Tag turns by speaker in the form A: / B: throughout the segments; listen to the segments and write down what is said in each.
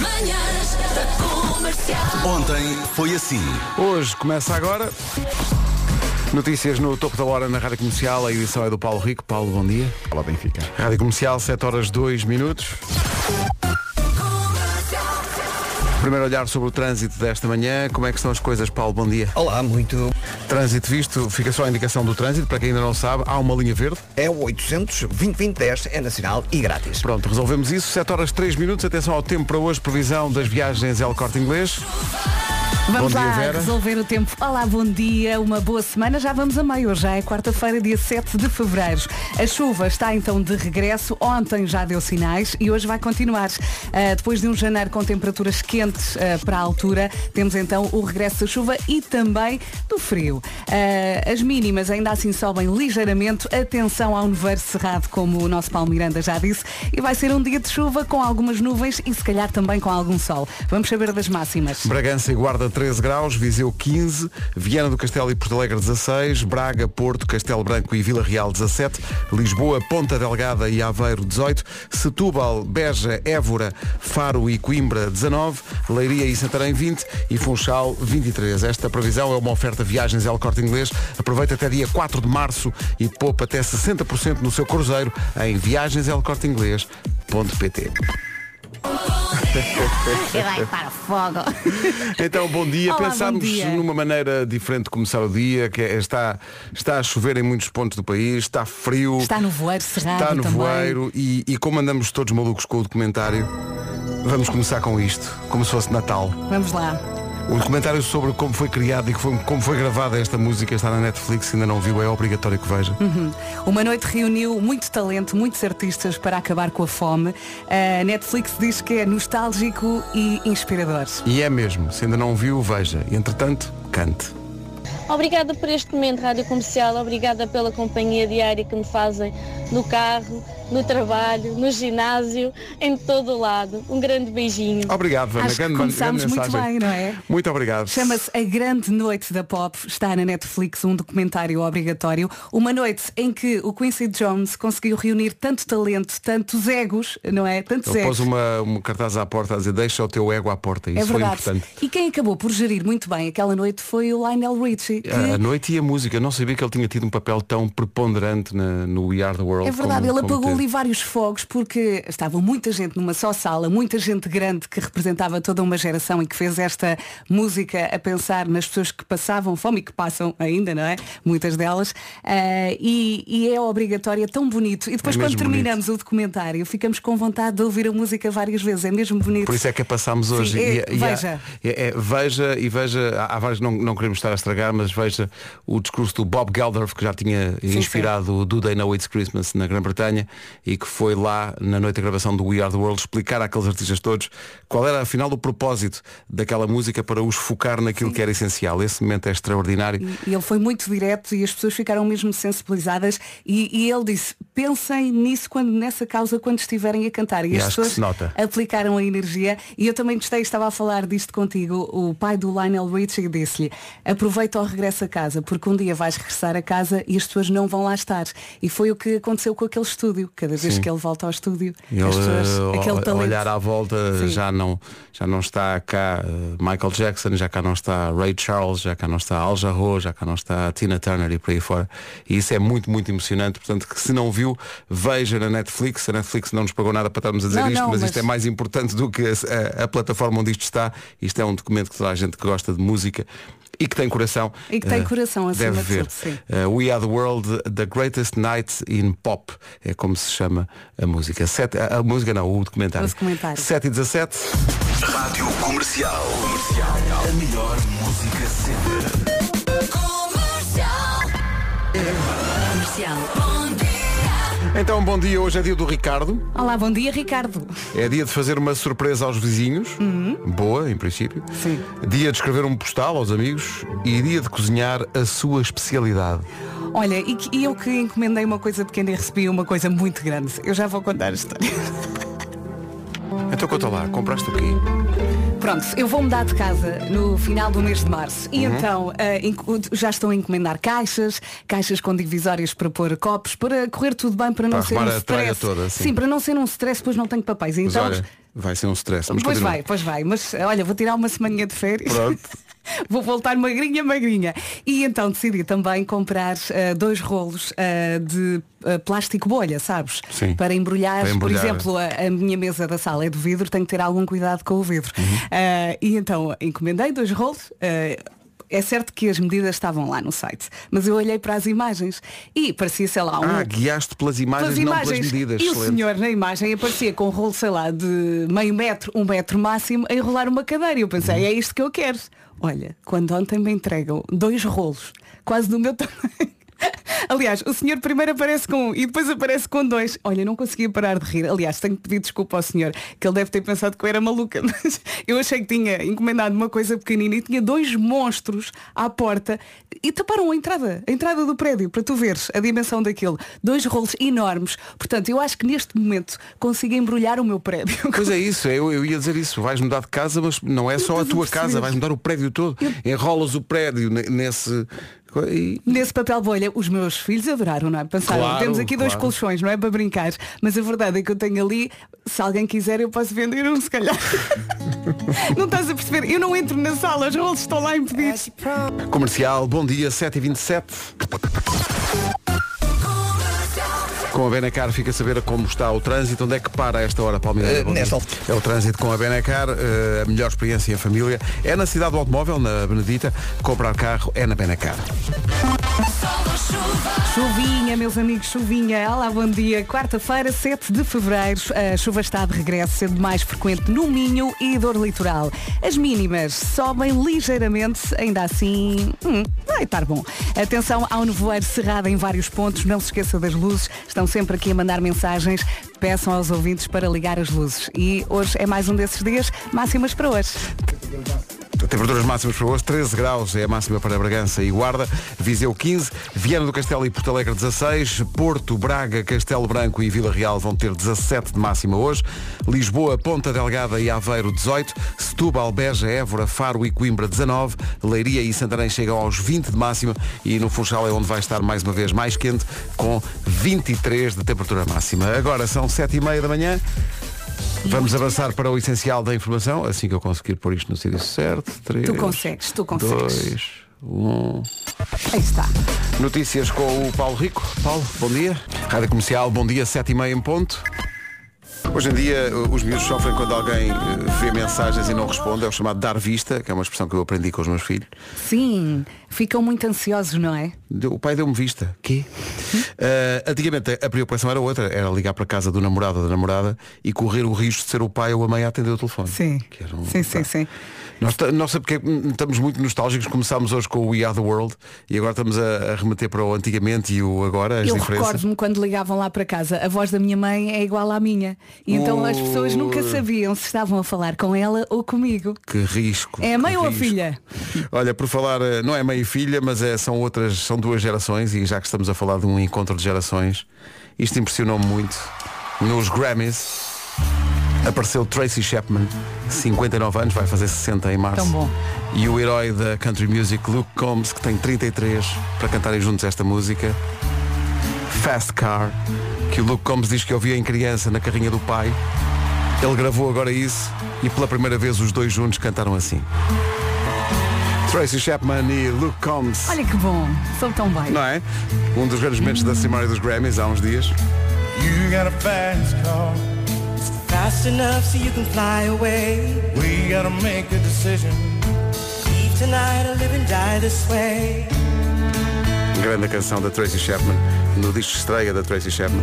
A: Manhãs da comercial.
B: Ontem foi assim.
C: Hoje começa agora. Notícias no topo da hora na Rádio Comercial. A edição é do Paulo Rico. Paulo, bom dia.
D: Olá, Benfica.
C: Rádio Comercial, 7 horas 2 minutos. Primeiro olhar sobre o trânsito desta manhã. Como é que estão as coisas, Paulo? Bom dia.
E: Olá, muito.
C: Trânsito visto, fica só a indicação do trânsito. Para quem ainda não sabe, há uma linha verde.
E: É o 800 2010 é nacional e grátis.
C: Pronto, resolvemos isso. 7 horas 3 minutos. Atenção ao tempo para hoje. Previsão das viagens El Corte Inglês.
F: Vamos
C: Bom dia,
F: lá
C: Vera.
F: resolver o tempo. Olá, bom dia, uma boa semana. Já vamos a meio, já é quarta-feira, dia 7 de fevereiro. A chuva está então de regresso. Ontem já deu sinais e hoje vai continuar. Ah, depois de um janeiro com temperaturas quentes ah, para a altura, temos então o regresso da chuva e também do frio. Ah, as mínimas ainda assim sobem ligeiramente. Atenção ao nevoeiro cerrado, como o nosso Paulo Miranda já disse. E vai ser um dia de chuva com algumas nuvens e se calhar também com algum sol. Vamos saber das máximas.
C: Bragança e Guarda 13 graus, Viseu 15, Viana do Castelo e Porto Alegre 16, Braga, Porto, Castelo Branco e Vila Real 17, Lisboa, Ponta Delgada e Aveiro 18, Setúbal, Beja, Évora, Faro e Coimbra 19, Leiria e Santarém 20 e Funchal 23. Esta previsão é uma oferta viagens El Corte Inglês. Aproveita até dia 4 de março e poupa até 60% no seu cruzeiro em viagenselcorteinglês.pt.
G: E vai é para o fogo.
C: Então, bom dia.
F: Olá,
C: Pensámos
F: bom dia.
C: numa maneira diferente de começar o dia, que é- está, está a chover em muitos pontos do país, está frio,
F: Está no voeiro cerrado
C: está no
F: também.
C: voeiro e, e como andamos todos malucos com o documentário, vamos começar com isto, como se fosse Natal.
F: Vamos lá.
C: O documentário sobre como foi criado e que foi- como foi gravada esta música está na Netflix, se ainda não viu, é obrigatório que veja.
F: Hum. Uma noite reuniu muito talento, muitos artistas para acabar com a fome. A Netflix diz que é nostálgico e inspirador.
C: E é mesmo, se ainda não viu, veja. E, entretanto, cante.
H: Obrigada por este momento, Rádio Comercial. Obrigada pela companhia diária que me fazem no carro, no trabalho, no ginásio, em todo o lado. Um grande beijinho.
C: Obrigado, Vana.
F: Acho que começámos muito bem, não é?
C: Muito obrigado.
F: Chama-se A Grande Noite da Pop, está na Netflix um documentário obrigatório. Uma noite em que o Quincy Jones conseguiu reunir tanto talento, tantos egos, não é? Tantos
C: Ele
F: egos.
C: pôs uma, um cartaz à porta a dizer deixa o teu ego à porta. Isso
F: É
C: foi
F: verdade.
C: importante.
F: E quem acabou por gerir muito bem aquela noite foi o Lionel Richie. que-
C: A noite e a música. Eu não sabia que ele tinha tido um papel tão preponderante na- no We Are the World.
F: É verdade,
C: como-
F: ele
C: como
F: apagou
C: teve.
F: ali vários fogos porque estava muita gente numa só sala, muita gente grande que representava toda uma geração e que fez esta música a pensar nas pessoas que passavam fome e que passam ainda, não é? Muitas delas. Ah, e, e é obrigatória, é tão bonito. E depois
C: É
F: quando
C: mesmo bonito.
F: terminamos o documentário ficamos com vontade de ouvir a música várias vezes, é mesmo bonito.
C: Por isso é que a passámos hoje.
F: Sim,
C: E-
F: é-
C: e há-
F: veja.
C: é- é, veja e veja, há, há vários, não, não queremos estar a estragar, mas veja o discurso do Bob Geldof, que já tinha
F: sim.
C: inspirado o Do They Know It's Christmas na Grã-Bretanha e que foi lá na noite da gravação do We Are the World explicar àqueles artistas todos qual era afinal o propósito daquela música para os focar naquilo que era essencial. Esse momento é extraordinário.
F: E- E ele foi muito direto e as pessoas ficaram mesmo sensibilizadas e, e ele disse, pensem nisso quando, nessa causa quando estiverem a cantar. E,
C: E
F: as
C: acho que
F: pessoas
C: se nota.
F: aplicaram a energia e eu também gostei, estava a falar disto contigo, o pai do Lionel Richie disse-lhe, aproveita o regresso a casa, porque um dia vais regressar a casa e as pessoas não vão lá estar. E foi o que aconteceu com aquele estúdio. Cada vez que ele volta ao estúdio,
C: Ele,
F: as pessoas,
C: eh,
F: aquele
C: ol-
F: talento.
C: olhar à volta
F: Sim.
C: já não, já não está cá eh, Michael Jackson, já cá não está Ray Charles, já cá não está Al Jarreau, já cá não está Tina Turner e por aí fora. E isso é muito, muito emocionante. Portanto, que se não viu, veja na Netflix. A Netflix não nos pagou nada para estarmos a dizer
F: Não,
C: isto,
F: não,
C: mas, isto
F: mas-
C: é mais importante do que a, a- a plataforma onde isto está. Isto é um documento que toda a gente que gosta de música e que tem coração.
F: E que tem
C: eh,
F: coração, acima
C: deve
F: de
C: ver.
F: tudo, sim.
C: Uh, We Are the World, The Greatest Night in Pop. É como se chama a música. Sete, a, a música não, o documentário.
F: O documentário.
C: 7 e 17.
B: Rádio Comercial. Comercial. A melhor música sempre.
A: Comercial. Comercial. Bom dia.
C: Então, bom dia. Hoje é dia do Ricardo.
F: Olá, bom dia Ricardo.
C: É dia de fazer uma surpresa aos vizinhos. Boa, em princípio.
F: Uhum. Sim.
C: Dia de escrever um postal aos amigos. E dia de cozinhar a sua especialidade.
F: Olha, e, que- e eu que encomendei uma coisa pequena e recebi uma coisa muito grande. Eu já vou contar a história.
C: Então conta lá, compraste o quê?
F: Pronto, eu vou mudar de casa no final do mês de março. E
C: Uhum.
F: então eh, enco- já estão a encomendar caixas, caixas com divisórias para pôr copos, para correr tudo bem, para não
C: Para
F: ser um
C: arrumar a tralha
F: stress.
C: toda, sim.
F: para não ser um stress, pois não tenho papéis. Então
C: olha, Vai ser um stress. Mas
F: pois
C: continua.
F: vai, pois vai. Mas eh, olha, vou tirar uma semaninha de férias.
C: Pronto.
F: Vou voltar magrinha, magrinha. E então decidi também comprar ah, dois rolos ah, de ah, plástico bolha, sabes?
C: Sim.
F: Para embrulhar,
C: Para embrulhar.
F: por exemplo, a, a minha mesa da sala é de vidro, tenho que ter algum cuidado com o vidro.
C: Uhum.
F: Ah, e então encomendei dois rolos. ah, é certo que as medidas estavam lá no site, mas eu olhei para as imagens e parecia, sei lá, um,
C: Ah, guiaste pelas imagens,
F: pelas
C: não
F: imagens.
C: pelas medidas.
F: e o
C: excelente.
F: senhor na imagem aparecia com um rolo, sei lá, de meio metro, um metro máximo, a enrolar uma cadeira. E eu pensei,
C: Uhum.
F: é isto que eu quero. Olha, quando ontem me entregam dois rolos, quase do meu tamanho. Aliás, o senhor primeiro aparece com um e depois aparece com dois. Olha, não conseguia parar de rir. Aliás, tenho que pedir desculpa ao senhor, que ele deve ter pensado que eu era maluca, mas eu achei que tinha encomendado uma coisa pequenina e tinha dois monstros à porta e taparam a entrada, a entrada do prédio, para tu veres a dimensão daquilo. Dois rolos enormes. Portanto, eu acho que neste momento consigo embrulhar o meu prédio.
C: Pois é isso, eu, eu ia dizer isso, vais mudar de casa, mas não é só a
F: Estás a
C: tua
F: perceber?
C: casa, vais mudar o prédio todo. Enrolas o prédio ne- nesse. co- e-
F: Nesse papel bolha, os meus filhos adoraram, não é? Pensaram,
C: Claro,
F: temos aqui dois
C: claro.
F: colchões, não é? Para brincar. Mas a verdade é que eu tenho ali, se alguém quiser, eu posso vender um, se calhar. não estás a perceber? Eu não entro na sala, os rolos estão lá impedidos.
C: Comercial, bom dia, 7h27. Com a Benacar fica a saber como está o trânsito, onde é que para a esta hora, Palmeiras?
E: Eh,
C: Bom dia.
E: nesta altura.
C: É o trânsito com a Benacar, eh, a melhor experiência em família. É na cidade do automóvel, na Benedita. Comprar carro é na Benacar.
F: Chuvinha, meus amigos, chuvinha. Olá, bom dia. Quarta-feira, 7 de fevereiro. A chuva está de regresso, sendo mais frequente no Minho e dor litoral. As mínimas sobem ligeiramente, ainda assim, hum, vai estar bom. Atenção ao nevoeiro cerrado em vários pontos. Não se esqueça das luzes. Estão sempre aqui a mandar mensagens. Peçam aos ouvintes para ligar as luzes. E hoje é mais um desses dias. Máximas para hoje.
C: Temperaturas máximas para hoje, 13 graus é a máxima para Bragança e Guarda, Viseu 15, Viana do Castelo e Porto Alegre 16, Porto, Braga, Castelo Branco e Vila Real vão ter 17 de máxima hoje, Lisboa, Ponta Delgada e Aveiro 18, Setúbal, Beja, Évora, Faro e Coimbra 19, Leiria e Santarém chegam aos 20 de máxima e no Funchal é onde vai estar mais uma vez mais quente com 23 de temperatura máxima. Agora são 7h30 da manhã. Vamos avançar para o essencial da informação, assim que eu conseguir pôr isto no sítio certo. Três,
F: Tu consegues, tu consegues.
C: Dois, um.
F: Aí está.
C: Notícias com o Paulo Rico. Paulo, bom dia. Rádio Comercial, bom dia, sete e meia em ponto. Hoje em dia uh, os miúdos sofrem quando alguém eh, vê mensagens e não responde, é o chamado dar vista, que é uma expressão que eu aprendi com os meus filhos.
F: Sim, ficam muito ansiosos, não é?
C: Deu- O pai deu-me vista. Quê? Ah, antigamente a preocupação era outra, era ligar para a casa do namorado ou da namorada e correr o risco de ser o pai ou a mãe a atender o telefone.
F: Sim.
C: Que era um-
F: Sim, sim, sim.
C: Nós, ta- nós sabe que é- hum, estamos muito nostálgicos, começámos hoje com o We Are the World e agora estamos a, a remeter para o antigamente e o agora, as
F: Eu
C: diferenças.
F: recordo-me quando ligavam lá para casa, a voz da minha mãe é igual à minha. E então as pessoas nunca sabiam se estavam a falar com ela ou comigo.
C: Que risco.
F: É a mãe
C: que
F: ou a
C: risco.
F: filha?
C: Olha, por falar, eh, não é mãe e filha, mas eh, são outras, são duas gerações e já que estamos a falar de um encontro de gerações, isto impressionou-me muito. Nos Grammys apareceu Tracy Chapman, 59 anos, vai fazer 60 em março.
F: Tão bom.
C: E o herói da country music, Luke Combs, que tem 33, para cantarem juntos esta música. Fast Car, que o Luke Combs diz que ouvia em criança na carrinha do pai. Ele gravou agora isso e pela primeira vez os dois juntos cantaram assim. Tracy Chapman e Luke Combs.
F: Olha que bom, sou tão bem.
C: Não é? Um dos grandes momentos da Cimeira dos Grammys há uns dias.
D: You got a fast car.
I: Fast enough so you can fly away.
D: We gotta make a decision.
I: Leave tonight or live and die this way.
C: Grande canção da Tracy Chapman, no disco de estreia da Tracy Chapman.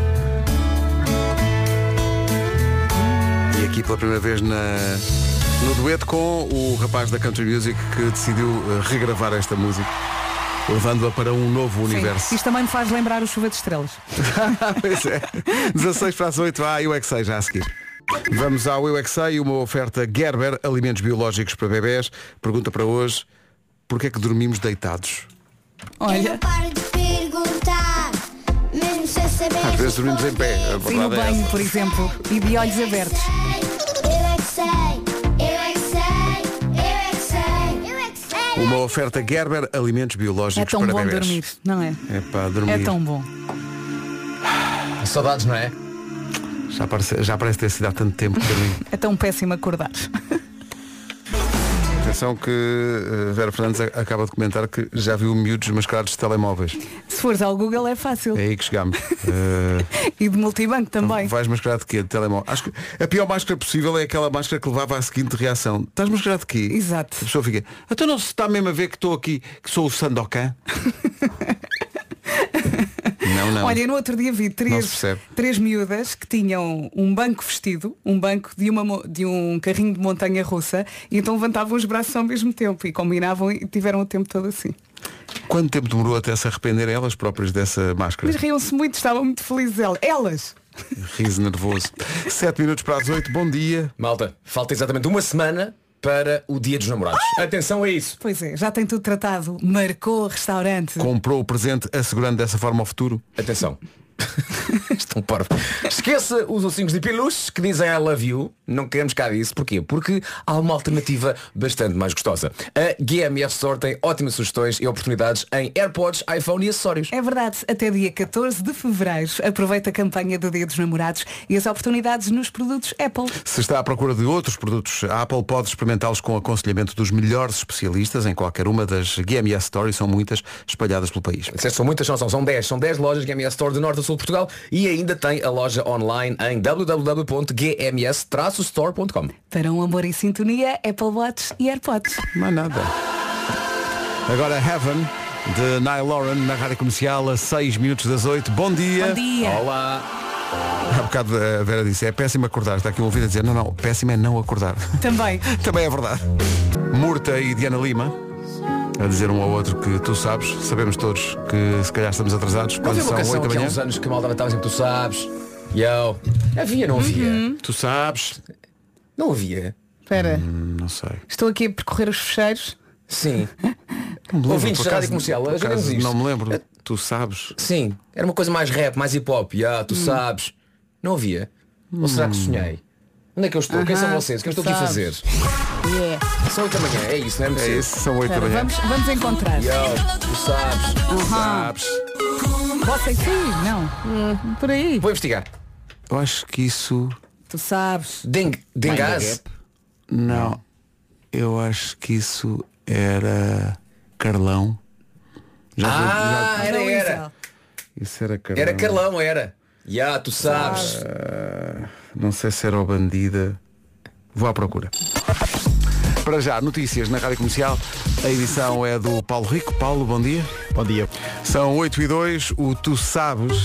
C: E aqui pela primeira vez na, no dueto com o rapaz da country music que decidiu eh, regravar esta música, levando-a para um novo
F: Sim.
C: universo.
F: Isto também me faz lembrar o Chuva de Estrelas.
C: pois é. 16 para as 8, há eu é que sei já a seguir. Vamos ao Eu é que sei, uma oferta Gerber, alimentos biológicos para bebés. Pergunta para hoje, porquê é que dormimos deitados?
F: Olha,
J: paro de perguntar, mesmo sem saber.
C: Às vezes dormimos em pé. A
F: e no
C: verdade é
F: banho,
C: essa.
F: por exemplo, e de olhos abertos.
J: Eu é que sei, eu é que sei, eu é que sei, eu é que sei.
C: Uma oferta Gerber, alimentos
F: É
C: biológicos
F: tão
C: para
F: bom
C: bebés.
F: dormir, não é?
C: É para dormir.
F: É tão bom.
E: Saudades, não é?
C: Já parece, já parece ter sido há tanto tempo para mim.
F: É tão péssimo acordar.
C: Atenção que eh, Vera Fernandes a- acaba de comentar que já viu miúdos mascarados de telemóveis.
F: Se fores ao Google é fácil.
C: É aí que chegamos. Eh,
F: E de multibanco também.
C: vais mascarado de quê? De telemóvel. Acho que a pior máscara possível é aquela máscara que levava à seguinte reação. Estás mascarado de quê?
F: Exato.
C: A pessoa fica, então não se está mesmo a ver que estou aqui, que sou o Sandokan? não, não.
F: Olha, no outro dia vi
C: Não se
F: três,
C: percebe.
F: três miúdas que tinham um banco vestido, um banco de, uma, mo- de um carrinho de montanha russa, e então levantavam os braços ao mesmo tempo e combinavam e tiveram o tempo todo assim.
C: Quanto tempo demorou até se arrependerem elas próprias dessa máscara?
F: Mas riam-se muito, estavam muito felizes el- elas.
C: Riso nervoso. Sete minutos para as oito. bom dia.
K: Malta, falta exatamente uma semana para o Dia dos Namorados. Atenção a isso.
F: Pois é, já tem tudo tratado. Marcou restaurante.
C: Comprou o presente assegurando dessa forma o futuro.
K: Atenção. Estão parvo. Esqueça os ursinhos de peluche que dizem I love you. Não queremos cá disso. Porquê? Porque há uma alternativa bastante mais gostosa. A GMF Store tem ótimas sugestões e oportunidades em AirPods, iPhone e acessórios.
F: É verdade, até dia 14 de fevereiro aproveita a campanha do Dia dos Namorados e as oportunidades nos produtos Apple.
C: Se está à procura de outros produtos, a Apple pode experimentá-los com aconselhamento dos melhores especialistas em qualquer uma das GMS Stories, são muitas, espalhadas pelo país.
K: Disseste, São muitas, não são, são 10. São 10 lojas GMS Store do Norte a Sul de Portugal e ainda tem a loja online em www.gms-store.com.
F: Para um amor em sintonia, Apple Watch e AirPods.
C: Não é nada. Agora Heaven, de Nile Lauren, na rádio comercial, a 6 minutos das 8. Bom dia.
F: Bom dia.
K: Olá.
C: Há bocado a Vera disse, é péssimo acordar. Está aqui um ouvido a dizer, não, não, péssimo é não acordar.
F: Também.
C: Também é verdade. Murta e Diana Lima. A dizer um ao outro que tu sabes, sabemos todos que se calhar estamos atrasados.
K: Não
C: Quando
K: havia uma
C: são 8
K: canção
C: da
K: aqui há
C: manhã.
K: uns anos que a maldade estava sempre, tu sabes. Yo. Havia, não havia.
J: Uhum.
C: Tu sabes?
K: Não havia.
F: Espera,
C: Não sei.
F: estou aqui a percorrer os fecheiros.
K: Sim.
C: Não me lembro,
K: Ouvintes
C: por
K: da
C: acaso,
K: Rádio Comercial,
C: por
K: já
C: acaso,
K: vimos isto. É-
C: Não me lembro. Tu sabes?
K: Sim. Era uma coisa mais rap, mais hip hop. Ya,
J: Hum.
K: tu sabes. Não havia. Ou será
C: Hum.
K: que sonhei? Onde é que eu estou? Quem são
F: Aham,
K: vocês? O que é que
F: tu
K: estou aqui a fazer?
F: sabes. Yeah.
K: São 8 da manhã, é isso, não é?
C: É
K: preciso?
C: isso, são 8 da
F: Espera,
C: manhã.
F: vamos, vamos encontrar.
K: Yo, tu sabes. Tu sabes. Hum.
F: Você sim, não. Por aí.
K: Vou investigar.
C: Eu acho que isso.
F: Tu sabes.
K: Deng, Dengaz.
C: Não. Eu acho que isso era Carlão. Já
K: Ah,
C: já-
K: era, era.
F: Luísa.
C: Isso era Carlão.
K: Era Carlão, era. Ya, tu sabes.
C: Ah, Não sei se era o Bandida. Vou à procura. Para já, notícias na Rádio Comercial. A edição é do Paulo Rico. Paulo, bom dia.
L: Bom dia.
C: São 8 e 2, o Tu Sabes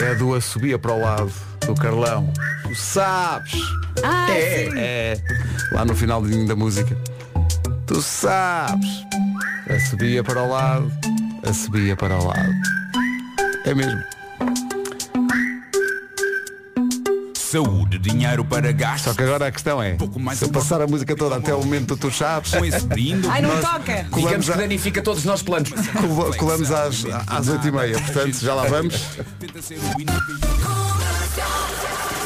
C: é do A Subia para o Lado, do Carlão. Tu Sabes!
F: Ah,
C: é,
F: sim.
C: é. Lá no final da música. Tu sabes! A Subia para o Lado, a Subia para o Lado. É mesmo.
M: Saúde, dinheiro para gasto.
C: Só que agora a questão é, se eu passar a música toda até o momento do Tu Sabes,
M: Com esse brinde,
F: Ai, não toca.
K: Digamos
C: colamos,
K: que
C: a-
K: danifica todos os nossos planos.
C: col- colamos às, às 8 e meia. Portanto, já lá vamos.
M: tenta ser o inimigo.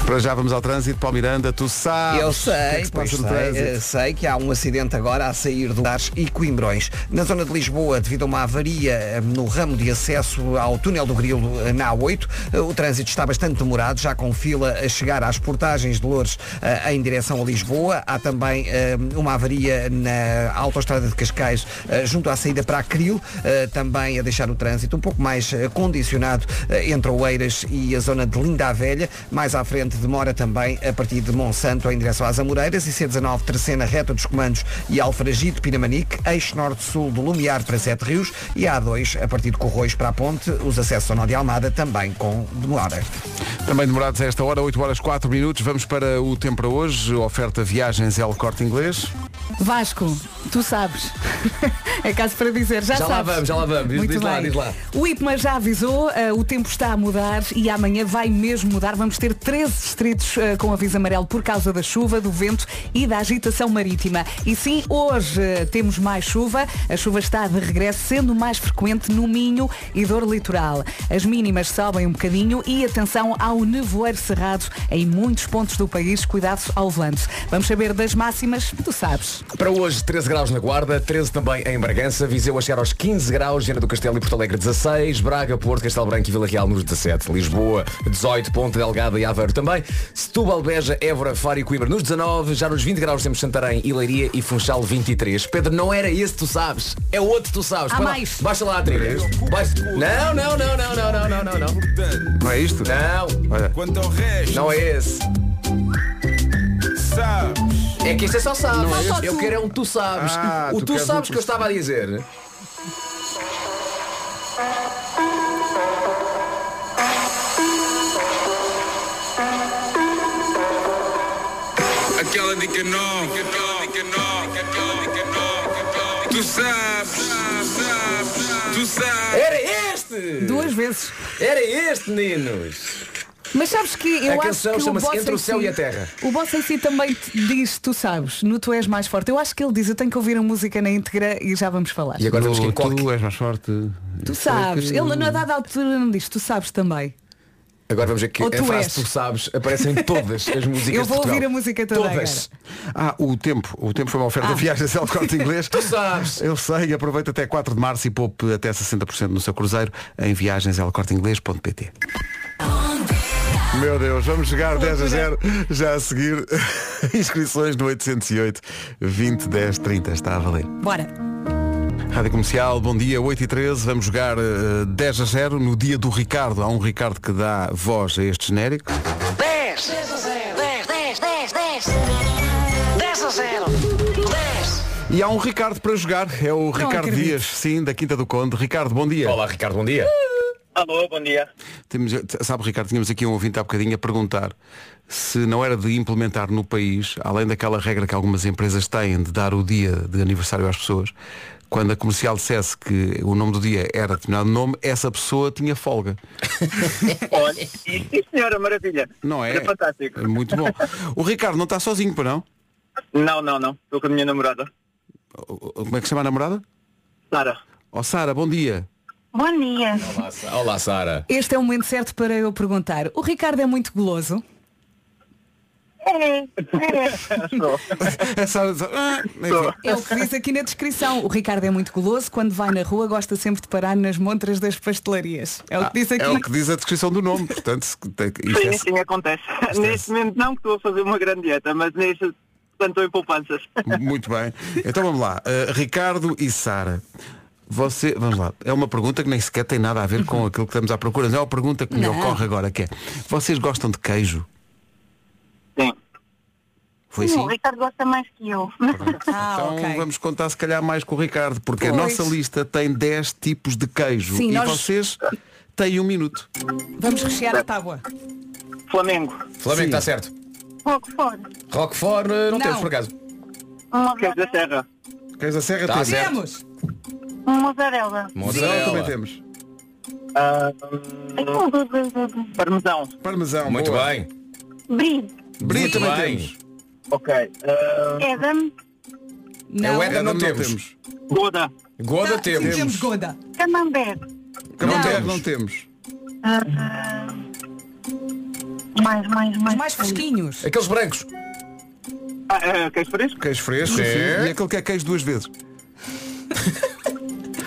C: Para já vamos ao trânsito. Paulo Miranda, Tu Sabes!
N: Eu
C: O que é
N: sei,
C: que se
N: pois
C: passa no
N: sei,
C: trânsito?
N: eh, sei que há um acidente agora a sair do Lares e Coimbrões. Na zona de Lisboa, devido a uma avaria eh, no ramo de acesso ao túnel do Grilo eh, na A8, eh, o trânsito está bastante demorado, já com fila a chegar às portagens de Loures eh, em direção a Lisboa. Há também eh, uma avaria na autoestrada de Cascais, eh, junto à saída para Acril, eh, também a deixar o trânsito um pouco mais eh, condicionado eh, entre Oeiras e a zona de Linda a Velha. Mais à frente demora também a partir de Monsanto em direção às Amoreiras e C19 Terceira reta dos comandos e Alfragide Pinamanique, eixo norte-sul do Lumiar para Sete Rios e A2 a partir de Corroios para a Ponte, os acessos ao Nó de Almada também com demora.
C: Também demorados a esta hora, 8 horas 4 minutos. Vamos para o tempo para hoje. Oferta viagens L Corte Inglês.
F: Vasco, tu sabes. É caso para dizer, já,
K: Já lá
F: sabes.
K: vamos, já lá vamos. Diz-
F: Muito
K: diz
F: bem.
K: lá, diz lá.
F: O IPMA já avisou, eh, o tempo está a mudar e amanhã vai mesmo mudar. Vamos ter 13 distritos eh, com aviso amarelo por causa da chuva, do vento e da agitação marítima. E sim, hoje eh, temos mais chuva. A chuva está de regresso, sendo mais frequente no Minho e Dor Litoral. As mínimas sobem um bocadinho e atenção ao nevoeiro cerrado em muitos pontos do país. Cuidado ao volante. Vamos saber das máximas, tu sabes.
K: Para hoje, 13 graus.
N: graus na Guarda, 13 também em Bragança, Viseu a chegar aos 15 graus, Viana do Castelo e Porto Alegre 16, Braga, Porto, Castelo Branco e Vila Real nos 17, Lisboa 18, Ponta Delgada e Aveiro também, Setúbal, Beja, Évora, Faro e Coimbra nos 19, já nos 20 graus temos Santarém, Ilaria e Funchal 23. Pedro, não era esse tu sabes, é outro tu sabes.
F: Há
N: Vai lá,
F: mais.
N: Baixa lá a
C: é
N: trilha. Baixa- Não, não, não, não, não, não, não, não, não.
C: Não é isto?
N: Não.
C: Olha.
B: Quanto ao resto,
N: Não é esse.
B: sabes?
N: É que este é só sabes.
C: Não é
F: este?
N: Eu quero é um tu sabes.
C: Ah,
N: o
C: tu
N: tu,
C: queres um
N: sabes
C: tu-
N: que eu estava a dizer.
B: Aquela dica não, aquela dica não, aquela dica não. Tu sabes, sabes, tu sabes.
N: Era este!
F: Duas vezes.
N: Era este, meninos!
F: Mas sabes que eu
N: A
F: acho
N: canção
F: que o
N: chama-se
F: boss
N: Entre
F: em
N: o Céu
F: si-
N: e a Terra.
F: O boss em si também te diz, tu sabes, no Tu és mais forte. Eu acho que ele diz, eu tenho que ouvir a música na íntegra e já vamos falar.
N: E é agora
C: Tu,
N: vemos quem
C: tu
N: qualquer...
C: és mais forte.
F: Tu sabes. Ele na dada altura não diz, tu sabes também.
N: Agora vamos ver que é
F: Ou
N: a
F: tu
N: frase
F: és.
N: tu sabes
C: é
N: aparecem todas as músicas.
F: Eu
N: de
F: vou
N: Portugal.
F: ouvir a música toda
N: Todas.
C: Ah, o tempo. O tempo foi uma oferta de viagem self corte inglês. Ah. tu
N: sabes.
C: Eu sei, aproveita até 4 de março e poupe até 60% no seu cruzeiro em viagens elcorteinglês.pt. Meu Deus, vamos chegar 10 a 0 já a seguir. Inscrições no 808 20 10 30. Está a valer.
F: Bora.
C: Rádio Comercial, bom dia, 8 e 13 Vamos jogar eh, 10 a 0 no dia do Ricardo. Há um Ricardo que dá voz a este genérico.
I: 10, 10, 10, 10, 10, 10 a 0, 10.
C: E há um Ricardo para jogar. É o Ricardo
F: acredito.
C: Dias, sim, da Quinta do Conde. Ricardo, bom dia.
N: Olá Ricardo, bom dia.
O: Alô, bom dia.
C: Temos, sabe, Ricardo, tínhamos aqui um ouvinte há bocadinho a perguntar se não era de implementar no país, além daquela regra que algumas empresas têm de dar o dia de aniversário às pessoas, quando a comercial dissesse que o nome do dia era determinado nome, essa pessoa tinha folga.
O: Olha, isto, senhora, maravilha.
C: Não é?
O: É fantástico.
C: É muito bom. O Ricardo não está sozinho, para não?
O: Não, não, não. Estou com a minha namorada,
C: O- o- Como é que se chama a namorada?
O: Sara.
C: Ó Sara, bom dia.
G: Bom dia.
N: Olá, Sa- Olá Sara.
F: Este é o momento certo para eu perguntar. O Ricardo é muito goloso.
C: A Sara diz, "Ah", enfim.
F: É o que diz aqui na descrição. O Ricardo é muito goloso, quando vai na rua gosta sempre de parar nas montras das pastelarias. É
N: Ah,
F: o que diz aqui.
C: É o que diz a descrição do nome, portanto, se- tem- isto
O: Sim,
C: é-
O: sim, acontece. Neste momento não que estou a fazer uma grande dieta, mas neste portanto estou em poupanças.
C: Muito bem. Então vamos lá. Uh, Ricardo e Sara. Você, vamos lá, é uma pergunta que nem sequer tem nada a ver com aquilo que estamos à procura. Não é uma pergunta que me
F: Uhum. Não.
C: ocorre agora, que é, vocês gostam de queijo?
O: Sim.
C: Foi assim?
G: Ricardo gosta mais que eu.
F: Ah,
C: então
F: ok.
C: vamos contar se calhar mais com o Ricardo, porque a
F: Pois.
C: nossa lista tem 10 tipos de queijo
F: Sim,
C: e
F: nós-
C: vocês têm um minuto.
F: Vamos rechear a tábua.
O: Flamengo.
N: Flamengo está certo.
G: Pouco fora.
N: Roquefort eh, não,
F: Não.
N: temos por acaso.
O: Queijo da Serra.
C: Queijo da Serra
N: Tá
C: tem.
N: certo.
F: Temos!
G: Mozzarella.
C: Mozzarella também
N: Mozzarella.
C: temos.
O: Ah,
G: Hum.
O: parmesão.
C: Parmesão.
N: Muito
C: boa.
N: bem.
G: Bride.
C: Brie
N: Muito
C: também
N: bem.
C: temos.
O: Ok. Ah,
G: Edam.
F: Não.
N: Edam,
C: Edam
N: não temos.
O: Goda.
N: Goda
F: Tá,
N: temos.
F: Temos Goda.
G: Camembert.
C: Camembert
N: temos.
C: não temos.
G: Ah, ah, mais, mais,
F: Os
G: mais.
F: mais fresquinhos.
C: É.
N: Aqueles brancos.
O: Ah, ah, queijo fresco?
C: Queijo fresco.
N: Sim.
C: sim. E aquele que é queijo duas vezes.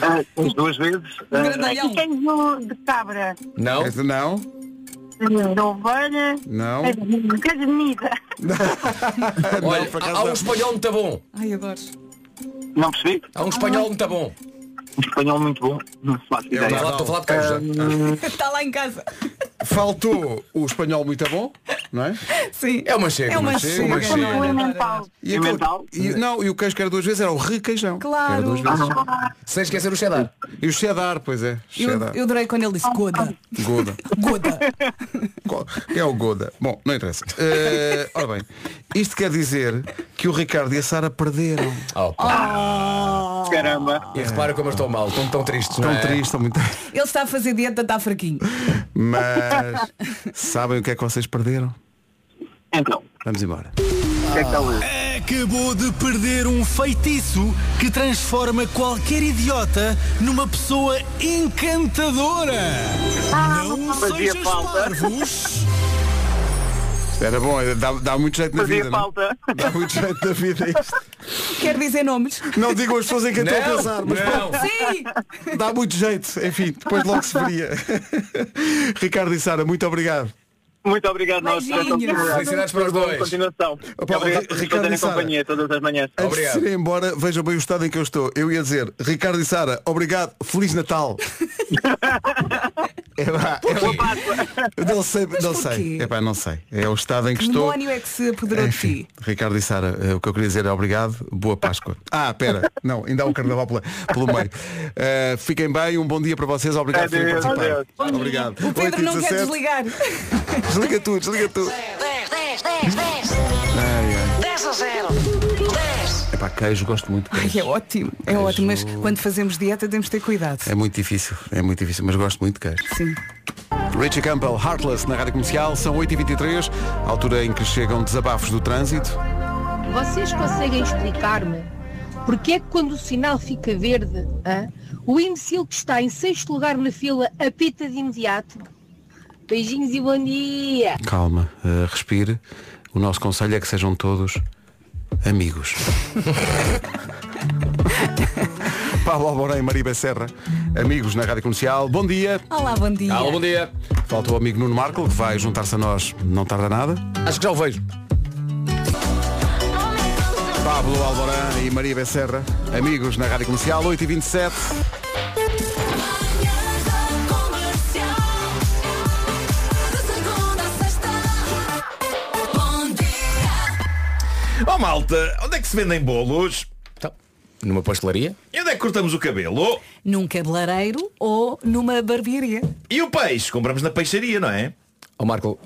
O: Ah, uns duas vezes.
F: Um
O: Ah,
F: grandalhão.
G: E queijo de cabra.
N: Não.
C: Esse Não,
G: De ovelha.
C: não.
G: É de- Queijo de mida.
N: Olha,
C: por acaso
N: há, há um
C: não.
N: espanhol muito bom.
F: Ai, adoro.
O: não percebi?
N: Há um espanhol muito bom.
O: Um espanhol muito bom. Não faço
N: Estou a
O: ideia.
N: falar- estou a falar de queijo. já.
F: Está lá em casa.
C: Faltou o espanhol muito bom, não é?
F: Sim.
N: É uma chega.
F: É uma
N: mas-
C: chega,
F: chega.
C: uma chega.
F: Adoro, adoro,
G: Fundamental.
F: adoro.
C: E,
O: Pimental?
C: e- não, e o queijo que era duas vezes era o requeijão.
F: Claro.
C: Era duas vezes.
O: Ah.
N: Sem esquecer o cheddar.
C: E o cheddar, pois é.
F: Eu,
C: Cheddar.
F: eu adorei quando ele disse Goda.
C: Goda.
F: Goda.
C: Qual- É o Goda. Bom, não interessa. Eh, ora bem, isto quer dizer que o Ricardo e a Sara perderam.
N: Oh, pá.
O: Caramba.
N: E repara como eu estou mal. Estão tão tristes. não
C: Estão
N: é?
C: tristes, estão muito.
F: Ele está a fazer dieta, está fraquinho.
C: Mas sabem o que é que vocês perderam?
O: Então, o
C: Vamos embora.
O: que é que está hoje?
P: Acabou de perder um feitiço que transforma qualquer idiota numa pessoa encantadora. Não
O: fazia
P: sejas
O: falta.
P: parvos.
C: Era bom, é, dá, dá muito jeito na
F: Fazia
C: vida. não? é?
F: falta.
C: Dá muito jeito na vida isto.
F: Quer dizer nomes?
C: Não digam as pessoas em quem estou a
F: Não,
C: pensar, mas
F: não.
C: pronto.
F: Sim!
C: Dá muito jeito, enfim, depois logo se veria. Ricardo e Sara, muito obrigado.
O: Muito obrigado, nós.
C: Felicidades para os dois.
O: Continuação.
C: Opa,
O: obrigado por
C: Ricardo e
O: fazerem
C: Sara.
O: companhia todas as manhãs.
C: Antes de irem embora, vejam bem o estado em que eu estou. Eu ia dizer, Ricardo e Sara, obrigado, Feliz Natal. é pá, é- não sei, não sei. É pá, não sei. É o estado em que
F: Que
C: estou.
F: demónio é que se apoderou de ti?
C: Ricardo e Sara, eh, o que eu queria dizer é obrigado, boa Páscoa. Ah, pera, não, ainda há um carnaval pela- pelo, meio. Eh, fiquem bem, um bom dia para vocês, obrigado por terem
I: Adeus,
C: participado.
I: adeus.
C: Obrigado.
F: O Pedro
C: 8 e
F: não quer
C: 17.
F: desligar. É
C: Desliga tu, desliga tu.
I: 10, 10, 10, 10.
C: Ai, ai.
I: 10 a 0. 10.
C: Epá, queijo, gosto muito de
F: Ai,
C: queijo.
F: é ótimo, é ótimo, mas quando fazemos dieta temos de ter cuidado.
C: É muito difícil, é muito difícil, mas gosto muito de queijo.
F: Sim.
C: Richie Campbell, Heartless, na Rádio Comercial, são 8h23, altura em que chegam desabafos do trânsito.
Q: Vocês conseguem explicar-me porque é que quando o sinal fica verde, hã, o imbecil que está em sexto lugar na fila apita de imediato? Beijinhos e bom dia!
C: Calma, eh, respire. O nosso conselho é que sejam todos amigos. Paulo Alborém, Maria Becerra, amigos na Rádio Comercial, bom dia.
F: Olá, bom dia.
C: dia. Falta o amigo Nuno Marco, que vai juntar-se a nós, não tarda nada. Acho que já o vejo. Pablo Alborán e Maria Becerra, amigos na Rádio Comercial, 8h27.
K: Oh malta, onde é que se vendem bolos? Então, Numa pastelaria? E onde é que cortamos o cabelo?
F: Num cabeleireiro ou numa barbearia.
K: E o peixe? Compramos na peixaria, não é? Ó Marco,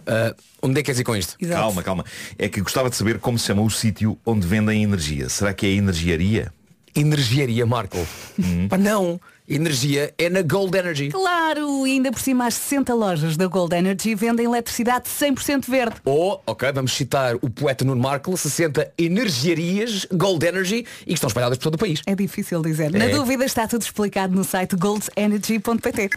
K: onde é que queres ir com isto?
F: Exato.
K: Calma, calma. É que gostava de saber como se chama o sítio onde vendem energia. Será que é energiaria?
N: Energiaria, Marco. Pá, não. Energia é na Gold Energy.
F: Hum. Claro, e ainda por cima as 60 lojas da Gold Energy vendem eletricidade 100% verde.
N: Ou, Oh, ok, vamos citar o poeta Nuno Marco, 60 energiarias Gold Energy e que estão espalhadas por todo o país.
F: É difícil dizer. Na
N: É.
F: dúvida está tudo explicado no site goldenergy.pt.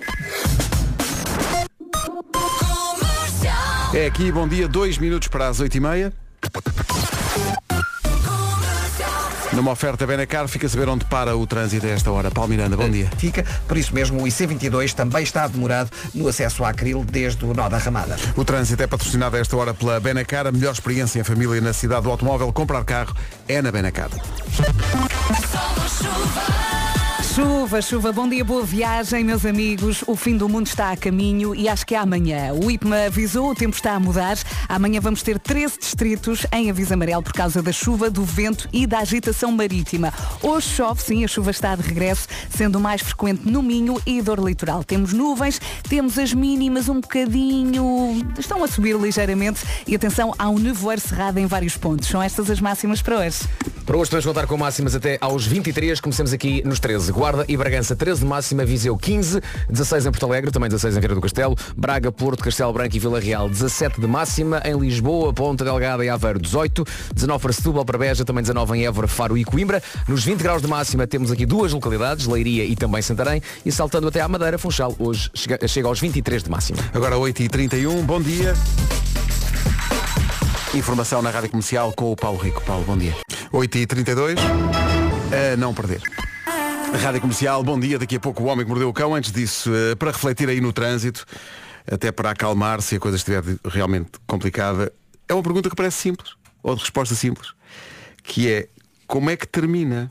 C: É aqui, bom dia, dois minutos para as 8h30. Numa oferta Benacar, fica a saber onde para o trânsito a esta hora. Paulo Miranda, bom dia.
E: Fica, por isso mesmo o IC22 também está demorado no acesso à Acril desde o nó da Ramada.
C: O trânsito é patrocinado a esta hora pela Benacar, a melhor experiência em família na cidade do automóvel. Comprar carro é na Benacar.
F: Chuva, chuva, bom dia, boa viagem, meus amigos. O fim do mundo está a caminho e acho que é amanhã. O IPMA avisou, o tempo está a mudar. Amanhã vamos ter 13 distritos em aviso amarelo por causa da chuva, do vento e da agitação marítima. Hoje chove, sim, a chuva está de regresso, sendo mais frequente no Minho e dor litoral. Temos nuvens, temos as mínimas um bocadinho. estão a subir ligeiramente e atenção, há um nevoeiro cerrado em vários pontos. São estas as máximas para hoje.
N: Para hoje podemos contar com máximas até aos 23, começamos aqui nos 13. Guarda e Bragança 13 de máxima, Viseu 15, 16 em Porto Alegre, também 16 em Vieira do Castelo, Braga, Porto, Castelo Branco e Vila Real 17 de máxima, em Lisboa, Ponta Delgada e Aveiro 18, 19 para Setúbal, para Beja, também 19 em Évora, Faro e Coimbra. Nos 20 graus de máxima temos aqui duas localidades, Leiria e também Santarém, e saltando até à Madeira, Funchal, hoje chega, chega aos 23 de máxima.
C: Agora 8h31, bom dia. Informação na Rádio Comercial com o Paulo Rico. Paulo, bom dia. 8h32, a não perder. Rádio Comercial, bom dia. Daqui a pouco o Homem que Mordeu o Cão. Antes disso, eh, para refletir aí no trânsito, até para acalmar se a coisa estiver de- realmente complicada, é uma pergunta que parece simples, ou de resposta simples, que é como é que termina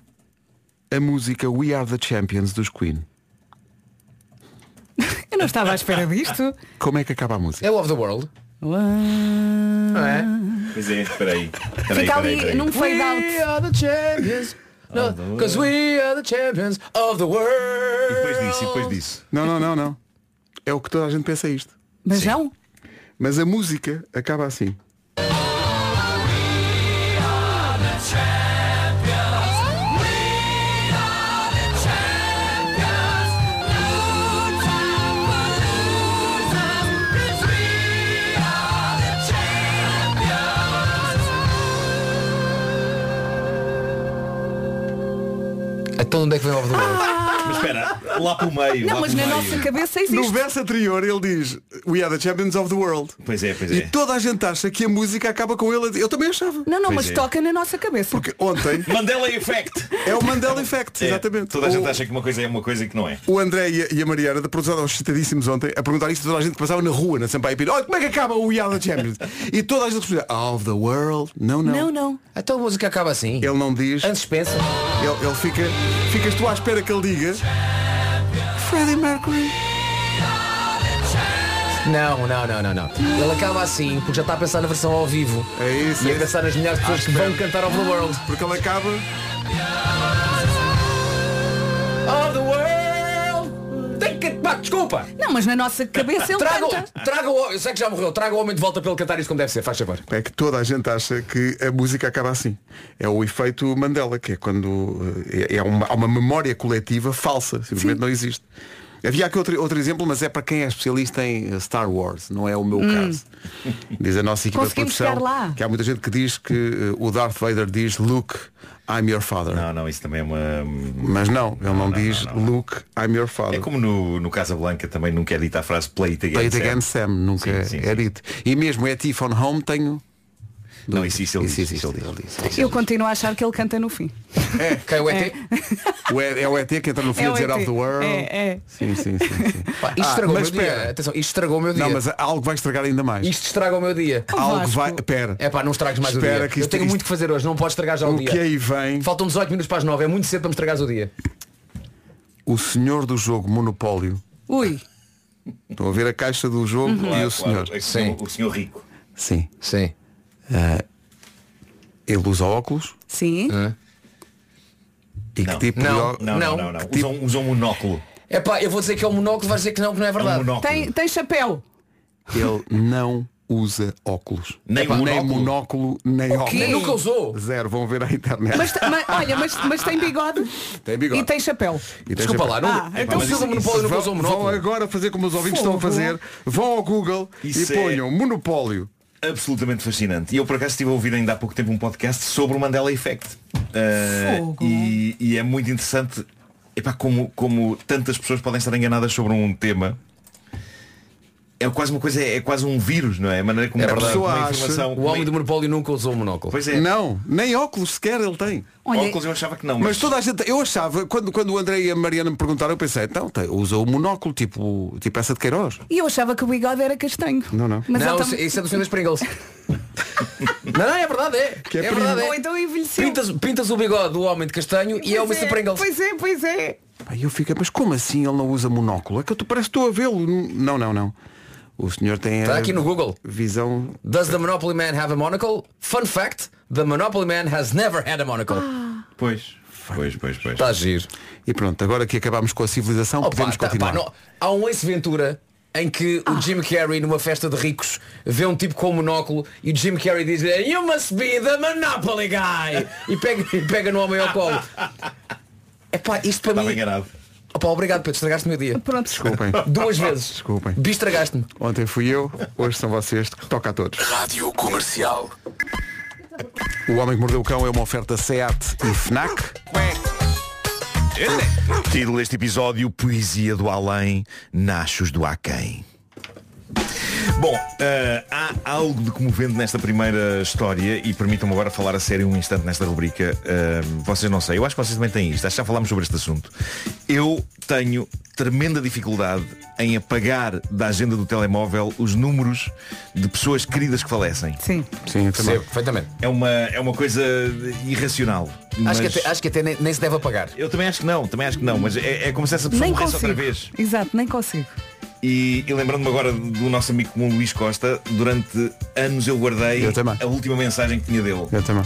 C: a música We Are the Champions dos Queen?
F: Eu não estava à espera disto.
C: Como é que acaba a música?
N: É Love the World.
K: Não é? Pois é, espera aí. Espera aí,
F: Fica
K: espera aí,
F: ali
K: espera aí.
F: num fade out.
N: No, 'cause we are the champions of the world.
K: Depois disso, e depois disso.
C: Não, não, não, não. É o que toda a gente pensa isto.
F: Mas não?
C: Mas a música acaba assim.
N: Então onde é que vem Love the World?
K: Mas espera, lá pelo meio.
F: Não,
K: lá
F: mas na
K: pelo meio.
F: nossa cabeça existe.
C: No verso anterior ele diz We are the champions of the world.
K: Pois é, pois
C: E
K: é.
C: toda a gente acha que a música acaba com ele. a dizer- Eu também achava.
F: Não, não,
K: Pois
F: mas
K: é.
F: toca na nossa cabeça.
C: Porque ontem.
K: Mandela Effect.
C: É o Mandela Effect,
K: É,
C: exatamente.
K: Toda a gente
C: O-
K: acha que uma coisa é uma coisa e que não é.
C: O André e a, e a Mariana da produção estavam excitadíssimos ontem a perguntar isto a toda a gente que passava na rua, na Sampaio Pina. Olha como é que acaba o We Are the Champions. e toda a gente respondia, of the world. Não, não.
F: Não, não.
C: Então a música acaba assim. Ele não diz. Antes pensa. Ele, ele fica. Ficas tu à espera que ele diga. Freddie Mercury.
N: Não, não, não, não, não. Ele acaba assim, porque já está a pensar na versão ao vivo.
C: É isso.
N: E
C: é
N: a pensar nas milhares de pessoas que vão cantar Over the World.
C: Porque ele acaba.
N: Of the World! Tem que. Pá, desculpa!
F: Não, mas na nossa cabeça ele
N: traga,
F: canta.
N: traga o. Eu sei que já morreu, traga o homem de volta para ele cantar isso como deve ser, faz favor.
C: É que toda a gente acha que a música acaba assim. É o efeito Mandela, que é quando eh, é é uma, há uma memória coletiva falsa, simplesmente não existe. Havia aqui outro, outro exemplo, mas é para quem é especialista em eh, Star Wars, não é o meu
F: Hum.
C: caso. Diz a nossa equipa de
F: Conseguimos
C: produção
F: chegar lá.
C: que há muita gente que diz que eh, o Darth Vader diz Luke, I'm your father. Não,
K: não, isso também é uma.
C: Mas não, ele não, diz Luke, I'm your father.
K: É como no, no Casablanca também nunca é dita a frase Play it again.
C: Play it
K: Sam.
C: again Sam, nunca
K: Sim, sim,
C: é dito. E mesmo é Tiff on Home tenho.
K: Não, isso, isso ele diz. isso ele diz.
F: Eu continuo a achar que ele canta no fim.
C: É,
N: quem o ET?
C: O E- É. o ET que entra no fim
F: É
C: a
F: o
C: dizer
F: ET.
C: of the world.
F: É, é.
C: Sim, sim, sim. sim.
N: Pá, isto
C: Ah,
N: estragou o
C: mas
N: meu dia.
C: espera.
N: Atenção, isto estragou o meu dia.
C: Não, mas algo vai estragar ainda mais.
N: Isto estraga o meu dia.
C: Oh, Algo Vasco. vai- pera.
N: É pá, não estragues mais
C: Espera
N: o dia.
C: que
N: Eu
C: isto-
N: tenho
C: isto-
N: muito que fazer hoje, não podes estragar já o,
C: O
N: dia.
C: que é aí vem?
N: Faltam 18 minutos para as 9, é muito cedo para me estragares o dia.
C: O senhor do jogo Monopólio.
F: Ui.
C: Estão a ver a caixa do jogo
N: Uhum.
C: e
N: Claro,
C: o senhor.
N: claro. É que Sim.
K: O senhor rico.
C: Sim.
N: Sim.
C: Ah, ele usa óculos.
F: Sim.
C: E que tipo de
N: Não,
C: ó-
N: não, não, não, não.
C: que tipo-
K: Usam um monóculo.
N: É pá, eu vou dizer que é um monóculo, vais dizer que não, que não é verdade.
F: Tem, tem chapéu.
C: Ele não usa óculos.
N: Nem
C: Epá, nem
N: monóculo?
C: monóculo, nem
F: O quê?
C: óculos.
F: Nunca
N: usou. tá-
C: Zero, vão ver à internet.
F: Mas, te- mas- olha, mas, mas tem bigode
C: Tem bigode.
F: e tem chapéu.
C: E tem
N: Desculpa
C: chapéu.
N: lá, não- Ah, é então
C: mas
N: se usa
C: isso-
N: monopólio,
C: isso
N: nunca usou
C: vão-
N: monóculo.
C: Vão agora fazer como os ouvintes estão a
N: Fogo.
C: fazer. Vão ao Google
K: Isso
C: e
K: é-
C: ponham monopólio.
K: Absolutamente fascinante. E eu por acaso estive a ouvir ainda há pouco tempo um podcast sobre o Mandela Effect. Ah,
F: Fogo.
K: e, e é muito interessante epá, como, como tantas pessoas podem estar enganadas sobre um tema. É quase uma coisa, é quase um vírus, não é? A maneira como
N: É
K: verdade,
N: verdade.
K: como a informação.
N: O homem do monopólio nunca usou o monóculo.
K: Pois é.
C: Não, nem óculos sequer ele tem.
K: Olha- Óculos eu achava que não,
C: Mas...
K: mas-
C: toda a gente, eu achava, quando, quando o André e a Mariana me perguntaram, eu pensei, então, tem- usa o monóculo, tipo, tipo essa de Queiroz.
F: E eu achava que o bigode era castanho.
C: Não, não.
F: Mas
N: não,
F: ele
N: isso-
F: também-
N: isso é do Senhor das Pringles. não, não, é verdade, é.
F: Que é
N: é verdade,
F: perigo. Ou
N: é.
F: então envelheceu.
N: Pintas, pintas o bigode do homem de castanho e é o
F: Pois
N: Mr. Pringles.
F: Pois é, pois é.
C: Aí eu fico, mas como assim ele não usa monóculo? É que eu tô- parece que estou a vê-lo. Não, não, não. O senhor tem
N: Está
C: a
N: aqui no Google.
C: visão.
N: Does the Monopoly Man have a monocle? Fun fact, the Monopoly Man has never had a monocle.
K: Pois. Pois, pois, pois.
N: Está giro.
C: E pronto, agora que acabámos com a civilização,
N: Oh, pá,
C: podemos
N: tá-
C: continuar.
N: pá, não- há um Ace Ventura em que o Jim Carrey numa festa de ricos vê um tipo com um monóculo e o Jim Carrey diz You must be the Monopoly guy e pega, e pega no homem ao colo. É pá, isto para mim.
K: enganado.
N: Opa, obrigado Pedro, estragaste o meu dia.
F: Pronto,
C: Desculpem.
N: Duas vezes.
C: Desculpem.
N: Bistragaste-me.
C: Ontem fui eu, hoje são vocês. Toca a todos.
N: Rádio Comercial.
C: O Homem que Mordeu o Cão é uma oferta SEAT e FNAC.
K: Título deste episódio, Poesia do Além, Nachos do Aquém. Bom, eh, há algo de comovente nesta primeira história e permitam-me agora falar a sério um instante nesta rubrica. Eh, vocês não sei, eu acho que vocês também têm isto, acho que já falámos sobre este assunto. Eu tenho tremenda dificuldade em apagar da agenda do telemóvel os números de pessoas queridas que falecem.
F: Sim.
C: Sim,
N: Percebo, perfeitamente.
K: É uma, é uma coisa irracional.
N: Acho que
K: mas-
N: até, acho que até nem, nem se deve apagar.
K: Eu também acho que não, também acho que não, mas é, é como se essa
M: um
K: pessoa
F: Nem
K: morresse
F: consigo.
K: outra vez.
F: Exato, nem consigo.
K: E, e lembrando-me agora do nosso amigo comum Luís Costa, durante anos eu guardei
C: Eu também.
K: a última mensagem que tinha dele,
C: Eu também.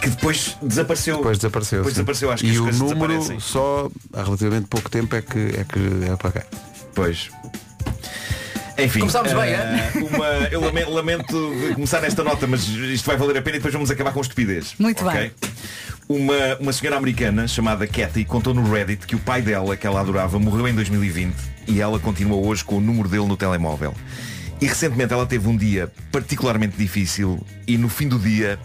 K: que depois desapareceu.
C: Depois desapareceu.
K: Depois
C: sim.
K: desapareceu, acho que
C: e
K: as
C: o
K: coisas
C: número
K: desaparecem.
C: só há relativamente pouco tempo é que é que é apagar.
K: Pois. Enfim.
N: Começámos bem,
K: eh, uma- Eu lame- lamento, de começar nesta nota, mas isto vai valer a pena e depois vamos acabar com estupidez.
F: Muito
K: ok?
F: bem.
K: Uma, uma senhora americana chamada Cathy contou no Reddit que o pai dela, que ela adorava, morreu em 2020 e ela continua hoje com o número dele no telemóvel. E recentemente ela teve um dia particularmente difícil e no fim do dia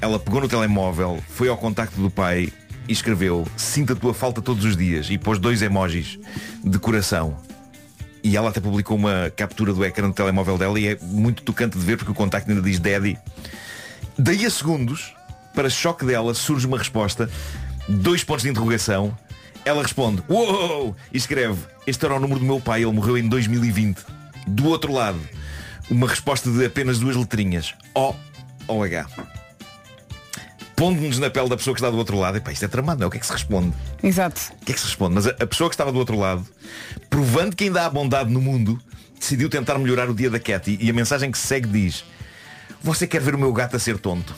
K: ela pegou no telemóvel, foi ao contacto do pai e escreveu Sinto a tua falta todos os dias e pôs dois emojis de coração. E ela até publicou uma captura do ecrã do telemóvel dela e é muito tocante de ver porque o contacto ainda diz Daddy. Daí a segundos, para choque dela, surge uma resposta, dois pontos de interrogação. Ela responde, uou, e escreve, este era o número do meu pai, ele morreu em 2020. Do outro lado, uma resposta de apenas duas letrinhas, O ou H. Pondo-nos na pele da pessoa que está do outro lado, epá, isto é tramado, não é? O que é que se responde?
F: Exato.
K: O que é que se responde? Mas a, a pessoa que estava do outro lado, provando que ainda há bondade no mundo, decidiu tentar melhorar o dia da Cathy e a mensagem que segue diz Você quer ver o meu gato a ser tonto?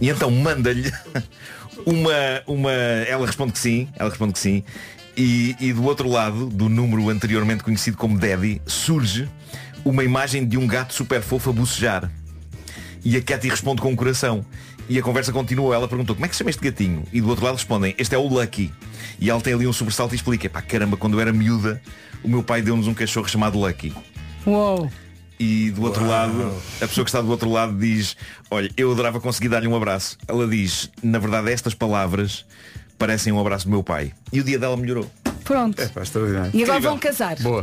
K: E então manda-lhe uma, uma. Ela responde que sim, ela responde que sim. E, e do outro lado, do número anteriormente conhecido como Daddy, surge uma imagem de um gato super fofo a bucejar. E a Cathy responde com um coração. E a conversa continua. Ela perguntou como é que se chama este gatinho? E do outro lado respondem, este é o Lucky. E ela tem ali um sobressalto e explica, pá, caramba, quando eu era miúda, o meu pai deu-nos um cachorro chamado Lucky.
F: Uou.
K: E do outro lado, a pessoa que está do outro lado diz, olha, eu adorava conseguir dar-lhe um abraço. Ela diz, na verdade estas palavras parecem um abraço do meu pai. E o dia dela melhorou.
F: Pronto. E agora vão casar.
K: Boa.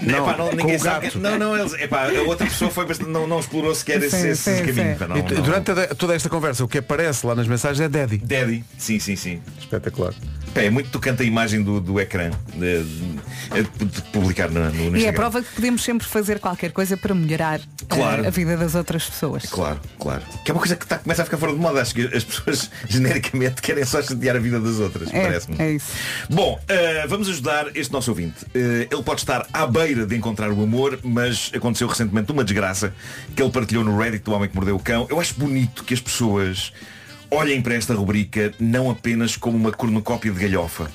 K: Não,
F: Não,
K: epá, não,
F: com
K: ninguém
F: o
K: sabe.
F: gato.
K: que- Não, não, eles, epá, a outra pessoa foi bastante, não, não explorou sequer esse,
C: Sim,
K: esse
C: sim,
K: caminho.
C: sim.
K: pá, não-
C: E tu-
K: não-
C: durante a- toda esta conversa, o que aparece lá nas mensagens é Daddy.
K: Daddy, sim, sim, sim.
C: Espetacular.
K: Pá, é muito tocante a imagem do, do ecrã de, de- de- de publicar na- no, no
F: E é
K: Instagram.
F: a prova que podemos sempre fazer qualquer coisa para melhorar eh,
K: Claro.
F: a vida das outras pessoas.
K: Claro, claro. Que é uma coisa que tá, começa a ficar fora de moda. Acho que as pessoas genericamente querem só chatear a vida das outras,
F: É,
K: parece-me.
F: é isso.
K: Bom, uh, vamos ajudar este nosso ouvinte. Uh, ele pode estar à beira de encontrar o amor, mas aconteceu recentemente uma desgraça que ele partilhou no Reddit do Homem que Mordeu o Cão. Eu acho bonito que as pessoas olhem para esta rubrica não apenas como uma cornucópia de galhofa,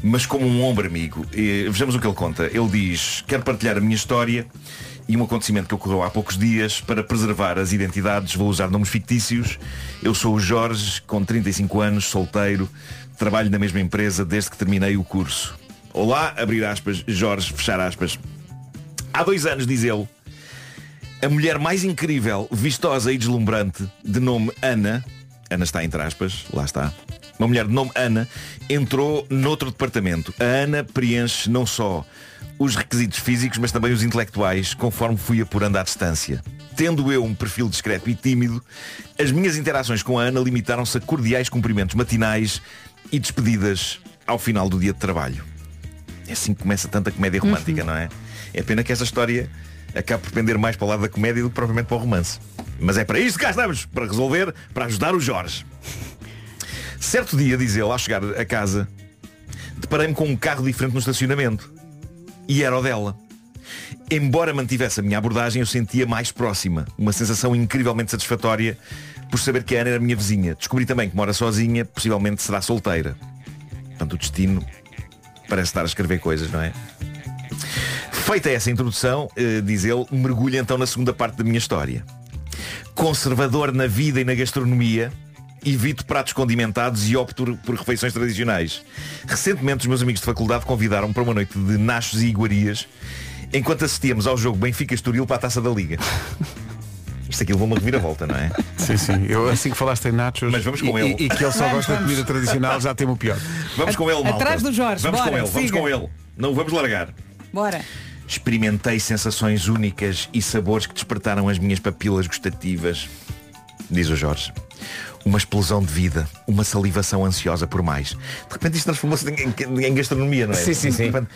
K: mas como um ombro amigo. Uh, vejamos o que ele conta. Ele diz, quero partilhar a minha história e um acontecimento que ocorreu há poucos dias para preservar as identidades, vou usar nomes fictícios. Eu sou o Jorge, com 35 anos, solteiro, trabalho na mesma empresa desde que terminei o curso. Olá, abrir aspas, Jorge, fechar aspas. Há dois anos, diz ele, a mulher mais incrível, vistosa e deslumbrante, de nome Ana, Ana está entre aspas, lá está, uma mulher de nome Ana, entrou noutro departamento. A Ana preenche não só os requisitos físicos, mas também os intelectuais, conforme fui apurando à distância. Tendo eu um perfil discreto e tímido, as minhas interações com a Ana limitaram-se a cordiais cumprimentos matinais e despedidas ao final do dia de trabalho. É assim que começa tanta comédia romântica, não é? É pena que essa história acabe por pender mais para o lado da comédia do que propriamente para o romance. Mas é para isto que cá estamos, para resolver, para ajudar o Jorge. Certo dia, diz ele, ao chegar a casa, deparei-me com um carro diferente no estacionamento. E era o dela. Embora mantivesse a minha abordagem, eu sentia mais próxima. Uma sensação incrivelmente satisfatória por saber que a Ana era minha vizinha. Descobri também que mora sozinha, possivelmente será solteira. Portanto, o destino parece estar a escrever coisas, não é? Feita essa introdução, eh, diz ele, mergulho então na segunda parte da minha história. Conservador na vida e na gastronomia, evito pratos condimentados e opto por- por refeições tradicionais. Recentemente, os meus amigos de faculdade convidaram-me para uma noite de nachos e iguarias, enquanto assistíamos ao jogo Benfica-Estoril para a Taça da Liga. Isto aqui levou uma reviravolta, não é?
C: Sim, sim. Eu assim que falaste em nachos
K: Mas vamos com
C: e,
K: ele.
C: e- e que ele só
K: Vamos,
C: gosta de
K: vamos.
C: comida tradicional, já temos o pior.
K: Vamos com ele, malta.
F: Atrás do Jorge,
K: Vamos com
F: bora,
K: ele, vamos
F: siga.
K: com ele. Não vamos largar.
F: Bora.
K: Experimentei sensações únicas e sabores que despertaram as minhas papilas gustativas. Diz o Jorge. Uma explosão de vida, uma salivação ansiosa por mais. De repente isto transformou-se em, em- em gastronomia, não é?
N: Sim, sim,
K: De
N: sim.
K: repente-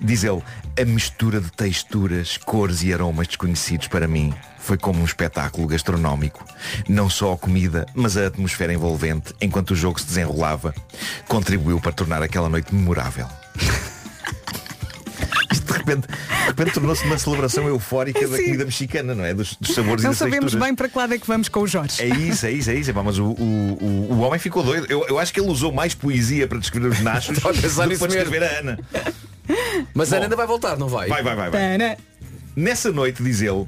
K: Diz ele, a mistura de texturas, cores e aromas desconhecidos para mim foi como um espetáculo gastronómico. Não só a comida, mas a atmosfera envolvente, enquanto o jogo se desenrolava, contribuiu para tornar aquela noite memorável. Isto de repente, de repente tornou-se uma celebração eufórica da
F: Sim.
K: comida mexicana, não é? Dos, dos sabores
F: Não
K: e das
F: sabemos
K: texturas.
F: bem para que lado é que vamos com o Jorge.
K: É isso, é isso, é isso. Epá, mas o, o, o- o homem ficou doido. Eu, eu acho que ele usou mais poesia para descrever os nachos
N: Estava
K: do
N: a
K: que
N: pensar
K: para
N: nisso
K: descrever
N: mesmo.
K: a Ana.
N: Mas
K: Bom.
N: a Ana ainda vai voltar, não vai?
K: Vai, vai, vai, vai.
F: É
K: Nessa noite, diz ele,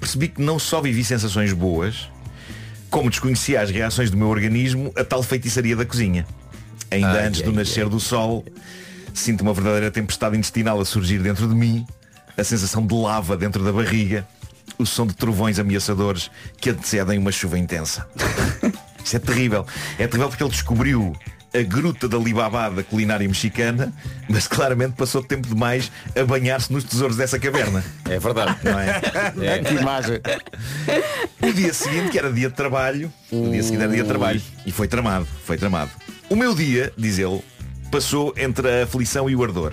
K: percebi que não só vivi sensações boas, como desconhecia as reações do meu organismo a tal feitiçaria da cozinha. Ainda
N: Ai,
K: antes
N: ai,
K: do nascer do sol, sinto uma verdadeira tempestade intestinal a surgir dentro de mim, a sensação de lava dentro da barriga, o som de trovões ameaçadores que antecedem uma chuva intensa. Isso é terrível. É terrível porque ele descobriu a gruta da Libabá da culinária mexicana, mas claramente passou tempo demais a banhar-se nos tesouros dessa caverna.
N: É verdade.
K: Não é?
N: É. Que imagem.
K: O dia seguinte, que era dia de trabalho, o dia seguinte era dia de trabalho. E foi tramado, foi tramado. O meu dia, diz ele, passou entre a aflição e o ardor.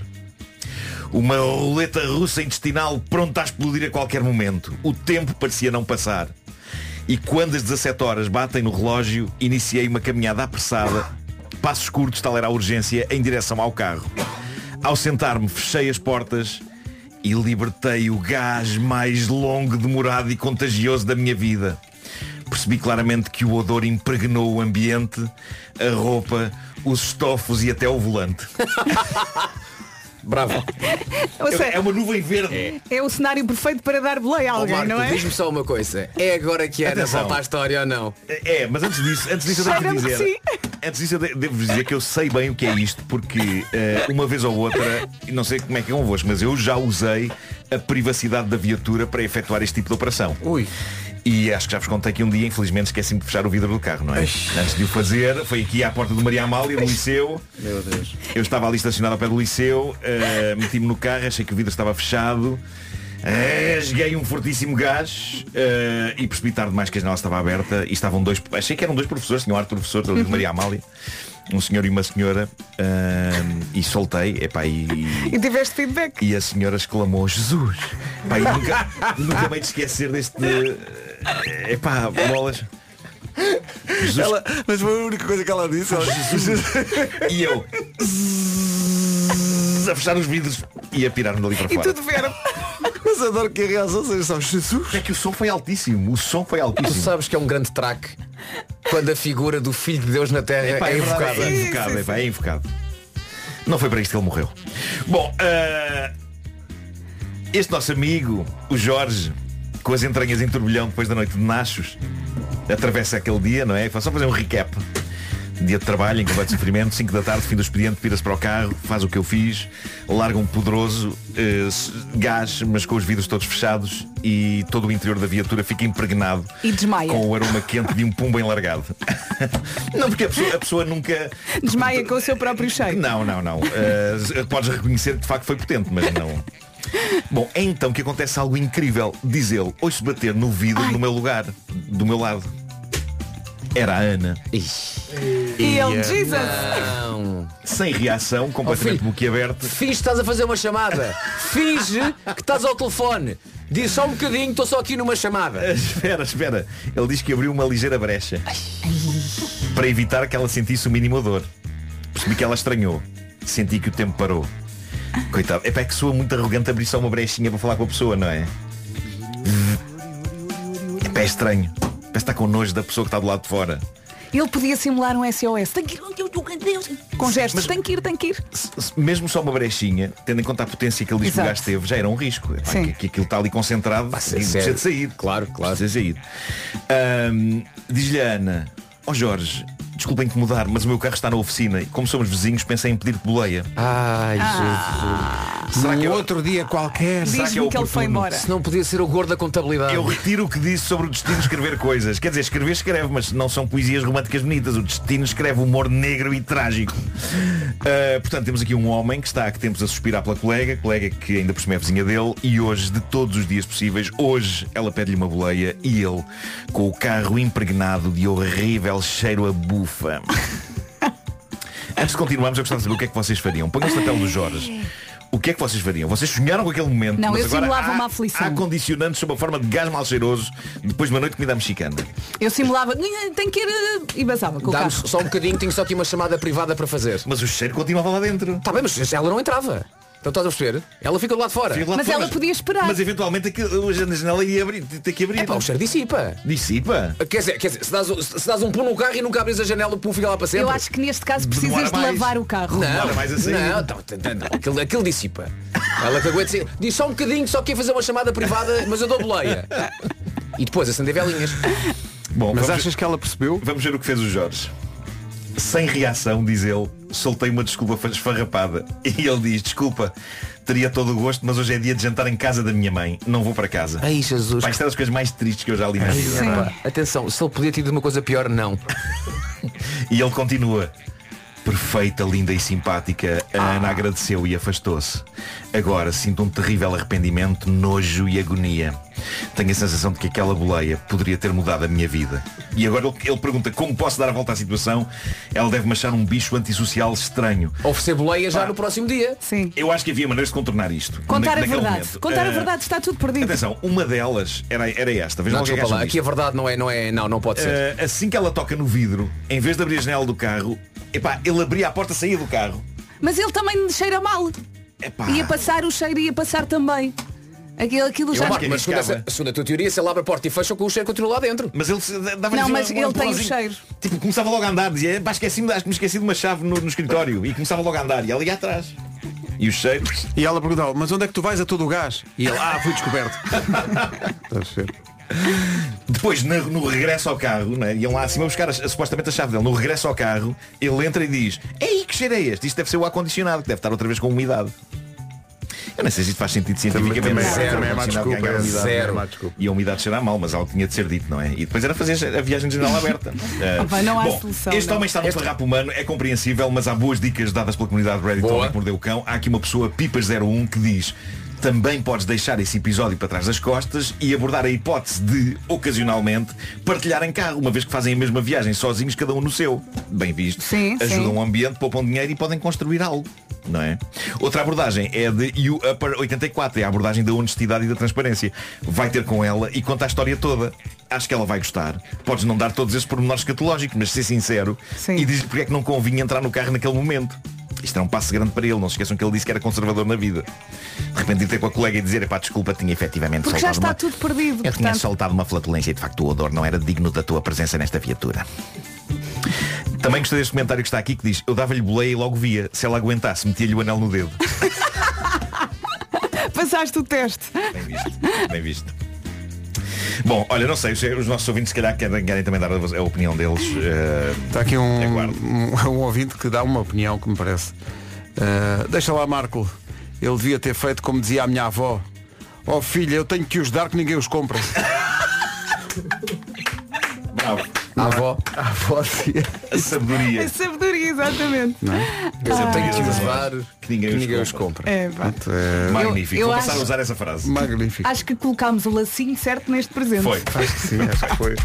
K: Uma roleta russa intestinal pronta a explodir a qualquer momento. O tempo parecia não passar. E quando as 17 horas batem no relógio, iniciei uma caminhada apressada, passos curtos, tal era a urgência, em direção ao carro. Ao sentar-me, fechei as portas e libertei o gás mais longo, demorado e contagioso da minha vida. Percebi claramente que o odor impregnou o ambiente, a roupa, os estofos e até o volante. Bravo.
F: Ou seja,
K: É uma nuvem verde.
F: É o cenário perfeito para dar boleia a alguém, não é?
N: diz-me só uma coisa. É agora que a Ana
K: Atenção.
N: volta à história ou não?
K: É, mas antes disso, antes disso eu devo
N: Cheira-me
K: dizer. Antes disso eu de- devo dizer que eu sei bem o que é isto, porque eh, uma vez ou outra, e não sei como é que é convosco, mas eu já usei a privacidade da viatura para efetuar este tipo de operação. Ui. E acho que já vos contei que um dia, infelizmente, esqueci-me de fechar o vidro do carro, não é? Antes de o fazer, foi aqui à porta do Maria Amália, do liceu. Meu Deus. Eu estava ali estacionado ao pé do liceu, eh, meti-me no carro, achei que o vidro estava fechado. Rasguei um fortíssimo gás eh, e percebi tarde demais que a janela estava aberta e estavam dois, achei que eram dois professores, tinha um ar de professor ali de Maria Amália, um senhor e uma senhora, eh, e soltei, epá, e,
F: E tiveste feedback.
K: e a senhora exclamou, Jesus, pá, e nunca, nunca me hei de esquecer deste, eh, epá, bolas.
C: Ela- mas foi a única coisa que ela disse. Ela,
K: E eu zzz, a fechar os vidros e a pirar-me dali para
C: E
K: fora.
C: tudo vieram. Mas adoro que a reação seja só Jesus.
K: É que o som foi altíssimo. O som foi altíssimo.
N: Tu sabes que é um grande track quando a figura do Filho de Deus na Terra
K: Epá,
N: é
K: verdade,
N: invocada.
K: É invocado, epá, é invocado. Não foi para isto que ele morreu. Bom, ah, este nosso amigo, o Jorge, com as entranhas em turbilhão depois da noite de Nachos, atravessa aquele dia, não é? Só fazer um recap. Dia de trabalho, em combate de sofrimento, 5 da tarde, fim do expediente, pira-se para o carro, faz o que eu fiz, larga um poderoso eh, s- gás, mas com os vidros todos fechados e todo o interior da viatura fica impregnado
F: E desmaia.
K: com o aroma quente de um pumbo enlargado. Não, porque a pessoa, a pessoa nunca.
F: Desmaia com o seu próprio cheiro.
K: Não, não, não. Uh, podes reconhecer que de facto foi potente, mas não. Bom, é então que acontece algo incrível. Diz ele, ouço bater no vidro no meu lugar, do meu lado. Era a Ana.
F: E ele,
K: a-
F: Jesus!
N: Não.
K: Sem reação, completamente boquiaberto.
N: Finge que estás a fazer uma chamada. Finge que estás ao telefone. Diz só um bocadinho, estou só aqui numa chamada.
K: Espera, espera. Ele diz que abriu uma ligeira brecha. Para evitar que ela sentisse o mínimo dor. Percebi que ela estranhou. Senti que o tempo parou. Coitado. É para que soa muito arrogante abrir só uma brechinha para falar com a pessoa, não é? É pá, é estranho. Parece que está com nojo da pessoa que está do lado de fora.
F: Ele podia simular um SOS. Tem que ir, oh, Deus, com gestos. Tem que ir, tem que ir.
K: Se- Mesmo só uma brechinha, tendo em conta a potência que ele diz que o
F: Exato.
K: gajo teve, já era um risco. É pá,
F: Sim.
K: que, que aquilo está ali concentrado, e
N: sério.
K: precisa de sair. Claro, claro. Precisa de sair. Ahm, Diz-lhe a Ana, ó Jorge, desculpa incomodar, mas o meu carro está na oficina e como somos vizinhos pensei em pedir boleia.
N: Ai,
K: Jesus. Será que é
C: outro dia qualquer.
K: Será que é oportuno?
N: Se não podia ser o gordo da contabilidade.
K: Eu retiro o que disse sobre o destino escrever coisas. Quer dizer, escrever escreve, mas não são poesias românticas bonitas. O destino escreve humor negro e trágico. Uh, portanto, temos aqui um homem que está há que tempos a suspirar pela colega, colega que ainda por cima é vizinha dele, e hoje, de todos os dias possíveis, hoje ela pede-lhe uma boleia e ele, com o carro impregnado de horrível cheiro a bufa. Antes de continuarmos, eu gostava de saber o que é que vocês fariam. Põe o papel dos Jorge. O que é que vocês fariam? Vocês sonharam com aquele momento?
F: Não,
K: mas
F: eu
K: agora
F: simulava
K: há-
F: uma aflição.
K: Há condicionantes sob a forma de gás mal cheiroso, depois de uma noite de comida mexicana.
F: Eu simulava, "Nhã, tem que ir eh", e basava com o
N: Dá-me
F: carro.
N: só um bocadinho, tenho só aqui uma chamada privada para fazer.
K: Mas o cheiro continuava lá dentro.
N: Está bem, mas ela não entrava. Então estás a perceber? Ela fica do lado de fora.
K: Fica lá de fora,
F: esperar.
K: Mas eventualmente aquilo- a janela ia abrir, ter que abrir.
N: É pá, o cheiro dissipa.
K: Dissipa?
N: Quer dizer, quer dizer se, dás, se dás um pulo no carro e nunca abres a janela, o pulo fica lá para sempre.
F: Eu acho que neste caso precisas
N: Demora
F: de
N: mais.
F: lavar o carro.
N: Não, assim, não, não, não, não, aquilo, aquilo dissipa. Ela que aguenta assim, diz só um bocadinho, só quer fazer uma chamada privada, mas eu dou boleia. E depois acender velinhas.
K: Bom,
C: Mas
K: vamos-
C: achas que ela percebeu?
K: Vamos ver o que fez o Jorge. Sem reação, diz ele, soltei uma desculpa esfarrapada. E ele diz, desculpa, teria todo o gosto, mas hoje é dia de jantar em casa da minha mãe. Não vou para casa.
N: Ai, Jesus.
K: Pá, isto é das coisas mais tristes que eu já li
F: É.
K: na vida.
N: Sim.
K: pá.
N: Atenção, se ele podia ter tido uma coisa pior, não.
K: E ele continua. Perfeita, linda e simpática, a
F: Ah.
K: Ana agradeceu e afastou-se. Agora sinto um terrível arrependimento, nojo e agonia. Tenho a sensação de que aquela boleia poderia ter mudado a minha vida. E agora ele, ele pergunta como posso dar a volta à situação. Ela deve-me achar um bicho antissocial estranho.
N: Oferecer boleia já no próximo dia.
F: Sim.
K: Eu acho que havia maneiras de contornar isto.
F: Contar
K: Na-
F: a
K: naquele
F: verdade.
K: momento.
F: Contar a
K: Ah,
F: verdade, está tudo perdido.
K: Atenção, uma delas era, era esta. Vejam
N: Não,
K: o que é que
N: desculpa
K: acham
N: lá,
K: disto.
N: aqui a verdade não é, não é, não, não pode ser.
K: Eh, assim que ela toca no vidro, em vez de abrir a janela do carro, epá, ele abria a porta e saía do carro.
F: Mas ele também cheira mal. Ia passar o cheiro, ia passar também. Aquilo, aquilo
N: Eu
F: já.
N: marco, mas segundo, essa- segundo a tua teoria, se ele abre a porta e fecha com o cheiro continua lá dentro.
K: Mas ele se assim dava
F: Não, mas ele tem o cheiro.
K: Tipo, começava logo a andar, dizia, pá, esqueci-me, acho que me esqueci de uma chave no, no escritório. E começava logo a andar, e ela ia atrás. E os cheiros.
C: E ela perguntava, mas onde é que tu vais a todo o gás? E ele, ah, fui descoberto. Estás a ver?
K: Depois, na- no, regresso ao carro, né, iam lá acima buscar a- a- supostamente a chave dele. No regresso ao carro, ele entra e diz, ei, que cheiro é este? Isto deve ser o ar-condicionado, que deve estar outra vez com umidade. Eu não sei se isto faz sentido cientificamente.
C: também é-
K: Zero,
C: também é má
K: ar-condicionado
C: desculpa,
K: ganha
C: é
K: umidade.
C: zero. É má desculpa.
K: E a umidade cheira mal, mas algo tinha de ser dito, não é? E depois era fazer a viagem de janela aberta. Eh,
F: Opa, não há
K: bom,
F: solução,
K: Este
F: não.
K: homem está num
F: Este-
K: farrapo humano, é compreensível, mas há boas dicas dadas pela comunidade Reddit
N: Boa.
K: Homem que Mordeu o Cão. Há aqui uma pessoa, Pipas01, que diz também podes deixar esse episódio para trás das costas e abordar a hipótese de, ocasionalmente, partilhar em carro, uma vez que fazem a mesma viagem sozinhos, cada um no seu. Bem visto.
F: Sim,
K: Ajudam
F: sim.
K: o um ambiente, poupam dinheiro e podem construir algo. Não é? Outra abordagem é a de You Upper 84, é a abordagem da honestidade e da transparência. Vai ter com ela e conta a história toda. Acho que ela vai gostar. Podes não dar todos esses pormenores escatológicos, mas ser sincero e diz-lhe porque é que não convinha entrar no carro naquele momento. Isto era um passo grande para ele, não se esqueçam que ele disse que era conservador na vida. De repente ir ter com a colega e dizer, pá, desculpa, tinha efetivamente
F: Porque já
K: soltado
F: está
K: é
F: tudo
K: uma-
F: perdido.
K: eu tinha
F: Portanto,
K: soltado uma flatulência e de facto o odor não era digno da tua presença nesta viatura. Também gostei deste comentário que está aqui que diz Eu dava-lhe boleia e logo via Se ela aguentasse, metia-lhe o anel no dedo
F: passaste o teste.
K: É. Bem visto Bom, olha, não sei, os- os nossos ouvintes se calhar querem, querem também dar a, a opinião deles eh,
C: Está aqui um, um, um ouvinte que dá uma opinião que me parece. Uh, deixa lá, Marco. Ele devia ter feito como dizia a minha avó. Oh filha, eu tenho que os dar que ninguém os compra.
K: Bravo.
C: A avó. é? A avó dizia.
K: A sabedoria.
F: A É sabedoria, exatamente.
C: Não é?
F: Ah.
K: Que ninguém,
N: que
K: os
N: ninguém os
K: compra,
F: É, pá.
C: Portanto, é-
K: Magnífico,
F: Eu-
K: vou
F: eu
K: passar
F: acho-
K: a usar essa frase
C: Magnífico.
F: Acho que colocámos o lacinho certo neste presente.
K: Foi
C: Acho que sim, acho que foi.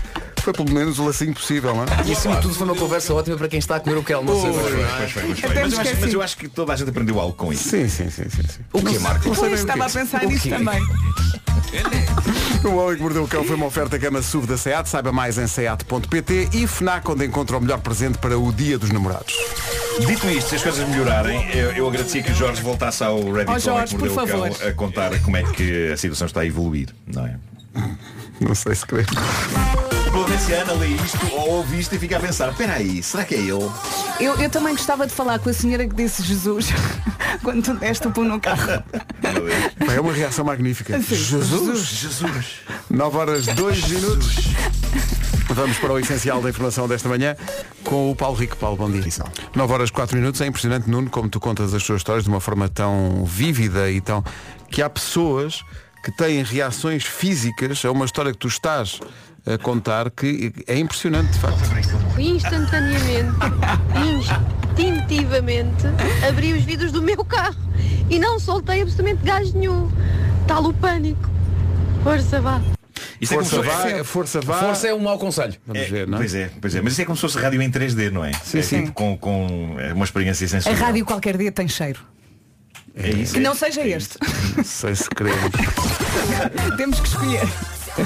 C: Foi pelo menos o lacinho possível, não é?
N: E acima de tudo foi uma conversa ótima para quem está a comer o que
K: Pois
N: almoço.
K: foi,
N: agora, não é?
K: pois foi, pois foi.
F: Até me
K: Mas eu acho- Mas
F: esqueci.
K: eu acho que toda a gente aprendeu algo com isso
C: Sim, sim, sim, sim. sim.
K: O que, Marco?
C: Não sei bem
F: Pois,
C: o
F: estava a
C: quê.
F: pensar
C: O
F: nisso
C: quê?
F: também.
C: O Homem que Mordeu o Cão foi uma oferta gama SUV da SEAT. Saiba mais em seat.pt e FNAC, onde encontra o melhor presente para o Dia dos Namorados.
K: Dito isto, se as coisas melhorarem, eu, eu agradecia que o Jorge voltasse ao Reddit
F: Ó,
K: Homem que
F: Jorge,
K: Mordeu
F: por
K: o Cão
F: favor.
K: a contar como é que a situação está a evoluir, não é?
C: Não sei se creio.
K: Vou ver se a Ana lê isto ou ouve isto e fica a pensar, peraí, será que é ele?
F: Eu, eu também gostava de falar com a senhora que disse Jesus quando tu deste o pão no carro.
C: Pá, É uma reação magnífica.
F: Sim.
C: Jesus!
K: Jesus!
C: 9 horas 2 minutos. Vamos para o essencial da informação desta manhã com o Paulo Rico. Paulo, bom dia. 9 horas 4 minutos. É impressionante, Nuno, como tu contas as tuas histórias de uma forma tão vívida e tão. que há pessoas que têm reações físicas a uma história que tu estás a contar que é impressionante, de facto.
Q: instantaneamente, instintivamente, abri os vidros do meu carro e não soltei absolutamente gás nenhum. Tal o pânico. Força, vá.
C: Força
K: Isto é como se
C: vai,
K: fosse-
C: força vai.
N: Força é um mau conselho.
C: Vamos ver, não é?
K: Pois é, pois é. Mas isto é como se fosse rádio em 3D, não é? é
C: sim.
K: tipo com, com é uma experiência sem
F: A
K: som.
F: rádio qualquer dia tem cheiro.
K: É isso.
F: Que
K: é
F: não
K: isso.
F: seja este.
C: Não sei se queremos.
F: Temos que escolher.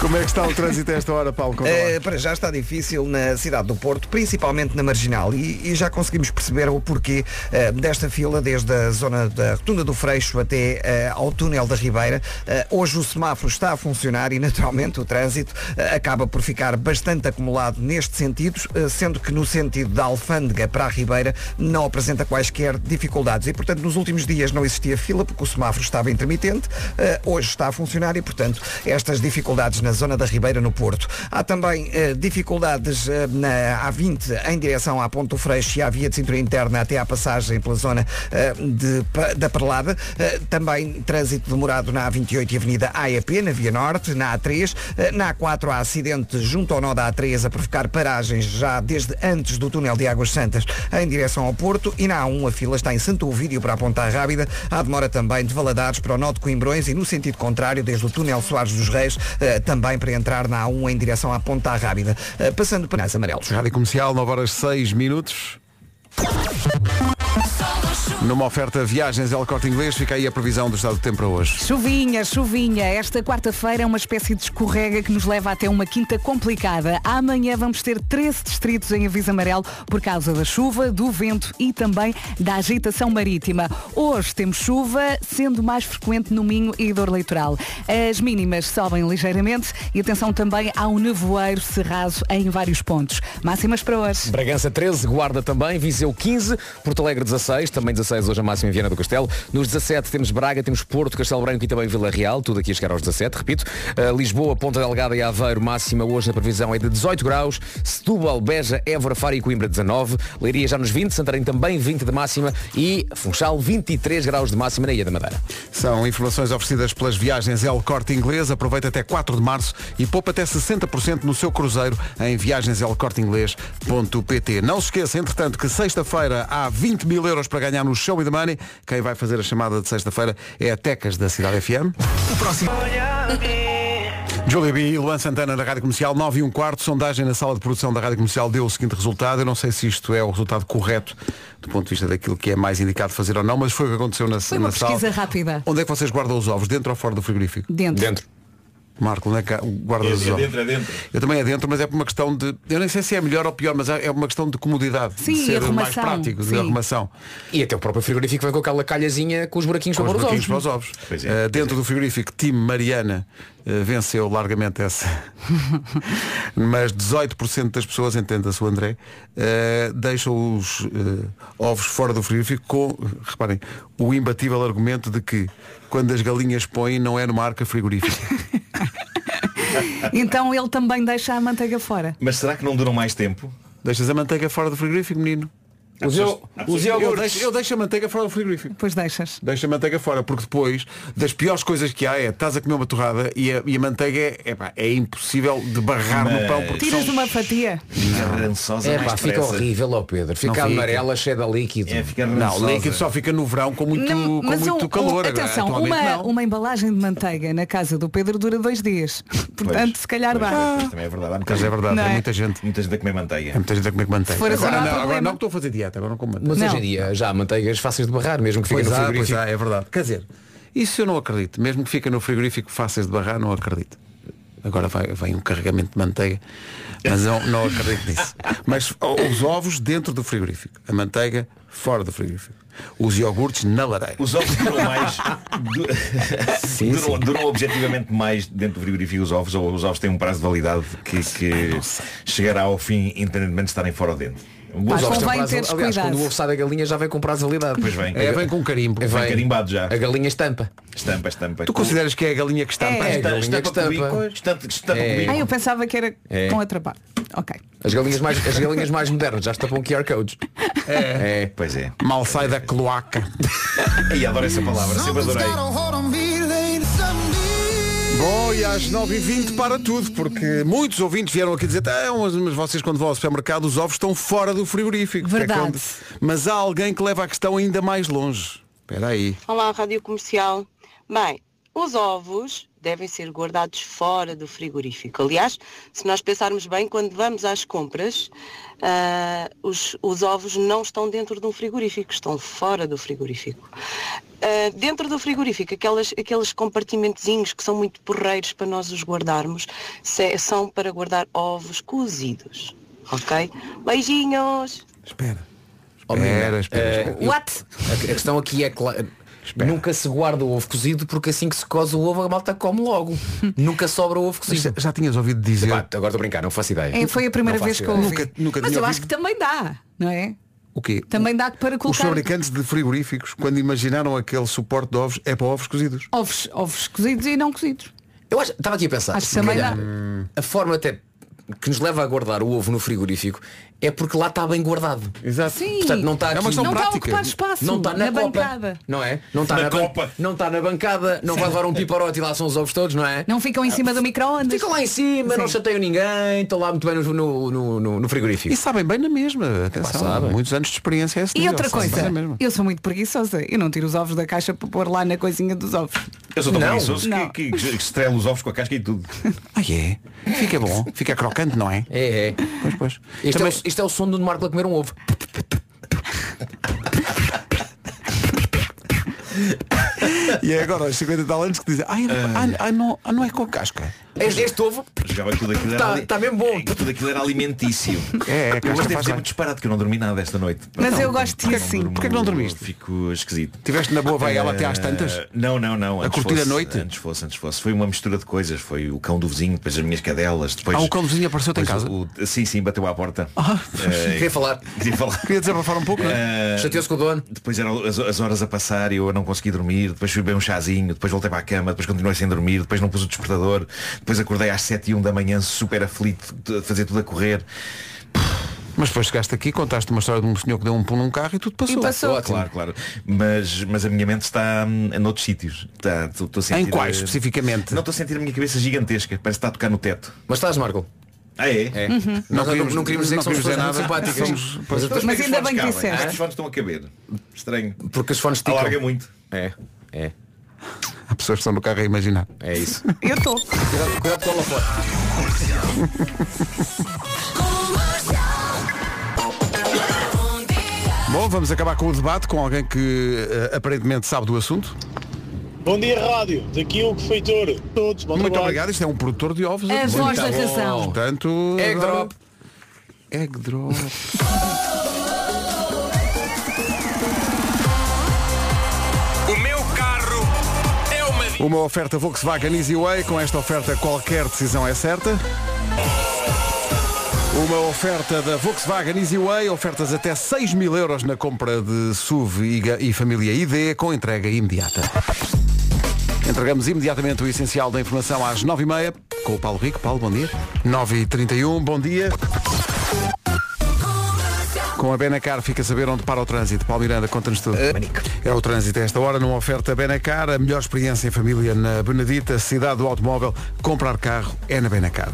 C: Como é que está o trânsito a esta hora, Paulo? Conta lá.
E: Eh, para já está difícil na cidade do Porto, principalmente na Marginal, e, e já conseguimos perceber o porquê eh, desta fila, desde a zona da Rotunda do Freixo até eh, ao túnel da Ribeira. Eh, hoje o semáforo está a funcionar e, naturalmente, o trânsito eh, acaba por ficar bastante acumulado neste sentido, eh, sendo que no sentido da Alfândega para a Ribeira não apresenta quaisquer dificuldades. E, portanto, nos últimos dias não existia fila porque o semáforo estava intermitente, eh, hoje está a funcionar e, portanto, esta estas dificuldades na zona da Ribeira, no Porto. Há também eh, dificuldades eh, na A20 em direção à Ponto Freixo e à via de cintura interna até à passagem pela zona eh, de Pa- da Perlada. Eh, também trânsito demorado na A28 e Avenida AEP, na Via Norte, na A3. Eh, na A4 há acidente junto ao nó da A3 a provocar paragens já desde antes do túnel de Águas Santas em direção ao Porto. E na A1 a fila está em Santo Ovídio para a Ponta Rábida. Há demora também de Valadares para o nó de Coimbrões e no sentido contrário, desde o túnel Soares dos Reis, eh, também para entrar na A1 em direção à Ponta Rábida. Eh, passando para nas amarelos.
C: Rádio Comercial, 9 horas 6 minutos. Numa oferta Viagens El Corte Inglês, fica aí a previsão do estado do tempo para hoje.
F: Chuvinha, chuvinha. Esta quarta-feira é uma espécie de escorrega que nos leva até uma quinta complicada. Amanhã vamos ter 13 distritos em aviso amarelo por causa da chuva, do vento e também da agitação marítima. Hoje temos chuva, sendo mais frequente no Minho e dor litoral. As mínimas sobem ligeiramente e atenção também ao nevoeiro cerrado em vários pontos. Máximas para hoje.
N: Bragança 13, Guarda também, Viseu 15, Porto Alegre 16, também 16 hoje a máxima em Viana do Castelo. Nos 17 temos Braga, temos Porto, Castelo Branco e também Vila Real, tudo aqui a chegar aos 17, repito. Uh, Lisboa, Ponta Delgada e Aveiro, máxima hoje na previsão é de 18 graus. Setúbal, Beja, Évora, Faro e Coimbra 19, Leiria já nos 20, Santarém também 20 de máxima e Funchal 23 graus de máxima na Ilha da Madeira.
C: São informações oferecidas pelas viagens El Corte Inglês. Aproveita até 4 de março e poupa até 60% no seu cruzeiro em viagenselcorteinglês.pt. Não se esqueça, entretanto, que sexta-feira há 20 mil euros para ganhar no Show Me the Money. Quem vai fazer a chamada de sexta-feira é a Tecas da Cidade FM.
A: O próximo.
C: Júlia B e Luan Santana da Rádio Comercial 9 e 1 quarto, sondagem na sala de produção da Rádio Comercial deu o seguinte resultado, eu não sei se isto é o resultado correto do ponto de vista daquilo que é mais indicado fazer ou não, mas foi o que aconteceu na,
F: Foi
C: na
F: uma
C: sala.
F: pesquisa rápida.
C: Onde é que vocês guardam os ovos? Dentro ou fora do frigorífico?
F: Dentro.
C: Marco, onde é que guardas
F: É-
C: os
F: é
C: ovos?
F: dentro, é dentro.
C: Eu também é dentro, mas é por uma questão de. Eu nem sei se é melhor ou pior, mas é uma questão de comodidade.
N: Sim,
C: de
N: e
C: ser mais
N: arrumação,
C: prático, de
N: sim.
C: arrumação.
N: E até o próprio frigorífico vai com aquela calhazinha com os buraquinhos
C: Com
N: para
C: os
N: pôr os
C: buraquinhos
N: ovos.
C: para os ovos. Eh, dentro do frigorífico, time Mariana eh, venceu largamente essa. Mas 18% das pessoas, entenda-se o André, eh, deixam os eh, ovos fora do frigorífico com, reparem, o imbatível argumento de que quando as galinhas põem não é numa arca frigorífica.
F: Então ele também deixa a manteiga fora.
K: Mas será que não duram mais tempo?
C: Deixas a manteiga fora do frigorífico, menino.
K: Há pessoas- há pessoas-
C: eu, deixo, eu deixo a manteiga fora do frigorífico.
F: Pois deixas.
C: Deixa a manteiga fora, porque depois das piores coisas que há é estás a comer uma torrada e a, e a manteiga é, é pá, é impossível de barrar no pão porque
F: Tiras de
C: são...
F: uma fatia.
K: Fica rançosa
N: É
K: mais
N: pá, fica
K: depressa. É,
N: horrível, ó Pedro. Fica
C: Não fica.
N: amarela, cheia de líquido.
C: Não, líquido só fica no verão com muito,
F: Não,
C: com muito
F: um-
C: calor.
F: um- atenção,
C: Atualmente
F: uma,
C: não.
F: uma embalagem de manteiga na casa do Pedro dura dois dias. Portanto, se calhar dá.
K: Mas também é verdade. Há muita
C: Mas é verdade,
F: Não
C: é
F: é?
C: muita gente. é
K: Muita gente a comer manteiga.
C: muita gente a comer manteiga.
F: Se for assim,
C: agora,
F: não há
C: não, agora
F: problema.
C: não que estou a fazer dieta, agora não como manteiga.
N: Mas hoje
C: Não.
N: em dia já há manteigas fáceis de barrar, mesmo que fique
C: Pois
N: no
C: há,
N: frigorífico.
C: pois há, é verdade. Quer dizer, isso eu não acredito. Mesmo que fica no frigorífico fáceis de barrar, não acredito. Agora vai, vem um carregamento de manteiga, mas não, não acredito nisso. Mas o- os ovos dentro do frigorífico, a manteiga fora do frigorífico, os iogurtes na lareira.
K: Os ovos duram mais. Du...
C: Sim,
K: duram,
C: sim.
K: duram objetivamente mais dentro do frigorífico os ovos, ou os ovos têm um prazo de validade
C: Ah,
K: que, que chegará ao fim, independentemente de estarem fora ou dentro.
N: Os ovos têm
K: têm
N: prazo- aliás, quando o ovo sai da galinha já vem com prazo de validade.
K: Pois vem.
N: É, vem com carimbo.
K: Vem carimbado já.
N: A galinha estampa.
K: Estampa, estampa.
N: Tu
C: consideras que é a galinha que
N: estampa? É, a galinha que estampa. É.
F: Ah, eu pensava que era
N: É.
F: com outra parte. Ok.
N: As galinhas mais, as galinhas mais modernas já estapam QR codes.
C: É.
K: Pois é.
C: Mal sai da cloaca.
K: E adoro essa palavra, sempre adorei.
C: Bom, e às 9h20 para tudo, porque muitos ouvintes vieram aqui dizer, ah, mas mas vocês quando vão ao supermercado os ovos estão fora do frigorífico. que é
R: Verdade.
C: quando- Mas há alguém que leva a questão ainda mais longe. Espera aí.
R: Olá, Rádio Comercial. Bem, os ovos devem ser guardados fora do frigorífico. Aliás, se nós pensarmos bem, quando vamos às compras, ah, os, os ovos não estão dentro de um frigorífico, estão fora do frigorífico. Ah, dentro do frigorífico, aquelas, aqueles compartimentezinhos que são muito porreiros para nós os guardarmos, se- são para guardar ovos cozidos. Ok? Beijinhos!
N: Oh, menina,
C: Espera, espera,
N: eh,
C: espera.
N: eu-
R: What?
N: A, a questão aqui é clara. Nunca se guarda o ovo cozido porque assim que se coze o ovo a malta come logo. Nunca sobra o ovo cozido.
C: Já tinhas ouvido dizer.
N: agora estou a brincar, não faço ideia.
F: É, foi a primeira
N: Não
F: vez
N: faço
F: que eu ouvi.
N: ideia.
F: Mas eu acho que também dá, não é?
C: O quê?
F: Também dá para
C: Os
F: colocar
C: fabricantes de frigoríficos, quando imaginaram aquele suporte de ovos, é para ovos cozidos.
F: ovos, ovos cozidos e não cozidos.
N: Eu acho, estava aqui a pensar.
F: Acho que
N: se
F: também
N: calhar,
F: dá.
N: A forma até que nos leva a guardar o ovo no frigorífico é porque lá está bem guardado.
C: Exato.
F: Sim.
N: Portanto, não está
F: É uma
N: aqui.
F: questão Não está a prática. ocupar espaço
N: Não está na,
F: na
N: copa.
F: bancada.
N: Não é? Não está
K: Na
N: na, ban-
K: copa.
N: Não está na bancada, não vai levar um piparote e lá são os ovos todos, não é?
F: Não ficam em cima do micro-ondas.
N: Ficam lá em cima, não chateiam ninguém, estão lá muito bem no, no, no- no- no frigorífico.
C: E sabem bem na mesma. Atenção,
N: sabem.
C: muitos anos de experiência é esse
F: E
C: nível,
F: outra
C: sabem
F: coisa,
C: bem na mesma.
F: eu sou muito preguiçosa. Eu não tiro os ovos da caixa para pôr lá na coisinha dos ovos.
K: Eu sou tão
F: Não,
K: preguiçoso
F: não.
K: que, que, que estrelo os ovos com a casca e tudo.
C: Ah, é? Fica bom, fica crocante, não é?
N: É, é.
C: Pois, pois.
N: Isto,
C: Também-
N: é, o- isto é o som do Marco a comer um ovo.
C: E é agora os 50 tal anos que dizem,
M: Eh.
C: ai, ah, ah, não, ah, não é com a casca.
N: Este, este ovo
K: Jogava tudo
F: Tá,
K: aquilo era
N: está
K: ali-
N: está mesmo bom.
K: Tudo aquilo era alimentício.
C: É, é, a
K: Eu
C: casca
K: hoje devo
C: faz
K: dizer
C: bem.
K: muito disparado que eu não dormi nada esta noite.
F: Mas
K: Não,
F: eu gosto de
K: não
F: ir assim.
K: durmo,
C: Porquê que não dormiste?
K: Fico esquisito.
C: Tiveste na boa vai ela até às tantas?
K: Eh, Não, não, não.
C: A
K: antes
C: curtir a
K: fosse,
C: noite?
K: Antes fosse, antes fosse. Foi uma mistura de coisas. Foi o cão do vizinho, depois as minhas cadelas, depois.
C: Ah, o cão do vizinho apareceu-te em
K: depois
C: casa? Ah,
K: o- o- sim, sim, bateu à porta. Eh,
N: Queria falar.
K: queria falar.
C: Queria desabafar um pouco, não é?
K: Eh,
N: Chateou-se com o dono.
K: depois eram as, as horas a passar e eu não consegui dormir, depois fui beber um chazinho, depois voltei para a cama, depois continuei sem dormir, depois não pus o despertador, depois acordei às 7 e 1 da manhã super aflito, de- a fazer tudo a correr.
C: Mas depois chegaste aqui, contaste uma história de um senhor que deu um pulo num carro e tudo passou.
F: E passou.
N: Ótimo.
K: Claro, claro. Mas, mas a minha mente está hum, noutros sítios. Está, tô- tô a sentir,
C: Em quais,
K: eh,
C: especificamente?
K: Não estou a sentir a minha cabeça gigantesca, parece que está a tocar no teto.
N: Mas estás, Marco?
K: Ah, é?
N: É. Nós Não, queríamos, não queríamos dizer que somos pessoas muito simpáticas.
C: Somos-
N: Mas-
K: Mas
F: Mas
K: os
F: ainda
K: fones
F: bem que
K: cabem.
F: disseste.
K: Os fones estão a caber. Estranho.
N: Porque os fones ticam.
K: Alarga muito.
N: É, é,
C: Há pessoas que estão no carro a imaginar.
N: é isso.
F: Eu estou.
N: Cuidado, cuidado com a holofote.
C: Bom, vamos acabar com o debate com alguém que eh, aparentemente sabe do assunto.
M: Bom dia, rádio. Daqui é o Feitor. Todos, bom
C: Muito
M: trabalho.
C: obrigado, isto é um produtor de ovos.
F: A voz da
N: bom.
F: razão.
C: Portanto,
N: Egg
C: agora-
N: drop.
C: Egg drop.
B: O meu carro é uma
C: Uma oferta Volkswagen Easy Way. Com esta oferta, qualquer decisão é certa. Uma oferta da Volkswagen Easy Way, ofertas até 6 mil euros na compra de SUV e, ga- e família ID com entrega imediata. Entregamos imediatamente o essencial da informação às 9h30 com o Paulo Rico. Paulo, bom dia. 9h31, bom dia. Com a Benacar fica a saber onde para o trânsito. Paulo Miranda, conta-nos tudo. É o trânsito a esta hora, numa oferta Benacar, a melhor experiência em família na Benedita, cidade do automóvel. Comprar carro é na Benacar.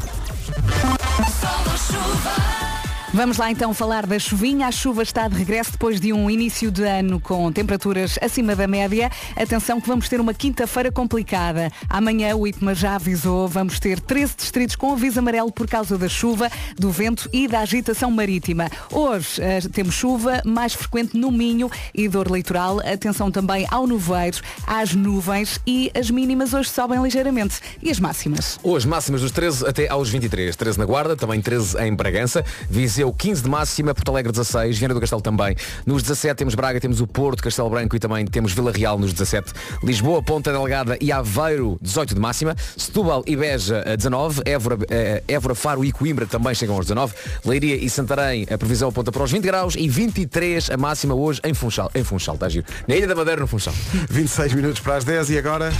F: Vamos lá então falar da chuvinha. A chuva está de regresso depois de um início de ano com temperaturas acima da média. Atenção que vamos ter uma quinta-feira complicada. Amanhã o IPMA já avisou, vamos ter 13 distritos com aviso amarelo por causa da chuva, do vento e da agitação marítima. Hoje eh, temos chuva mais frequente no Minho e dor litoral. Atenção também ao nevoeiro, às nuvens e as mínimas hoje sobem ligeiramente. E as máximas?
N: Hoje, máximas dos 13 até aos 23. 13 na Guarda, também 13 em Bragança. Viseu, 15 de máxima. Porto Alegre, 16. Viana do Castelo também. Nos 17 temos Braga, temos o Porto, Castelo Branco e também temos Vila Real nos 17. Lisboa, Ponta Delgada e Aveiro, 18 de máxima. Setúbal e Beja, eh, 19. Évora, eh, Évora, Faro e Coimbra também chegam aos 19. Leiria e Santarém, a previsão aponta para os 20 graus e 23 a máxima hoje em Funchal. Em Funchal, está giro. Na Ilha da Madeira, no Funchal.
C: 26 minutos para as 10 e agora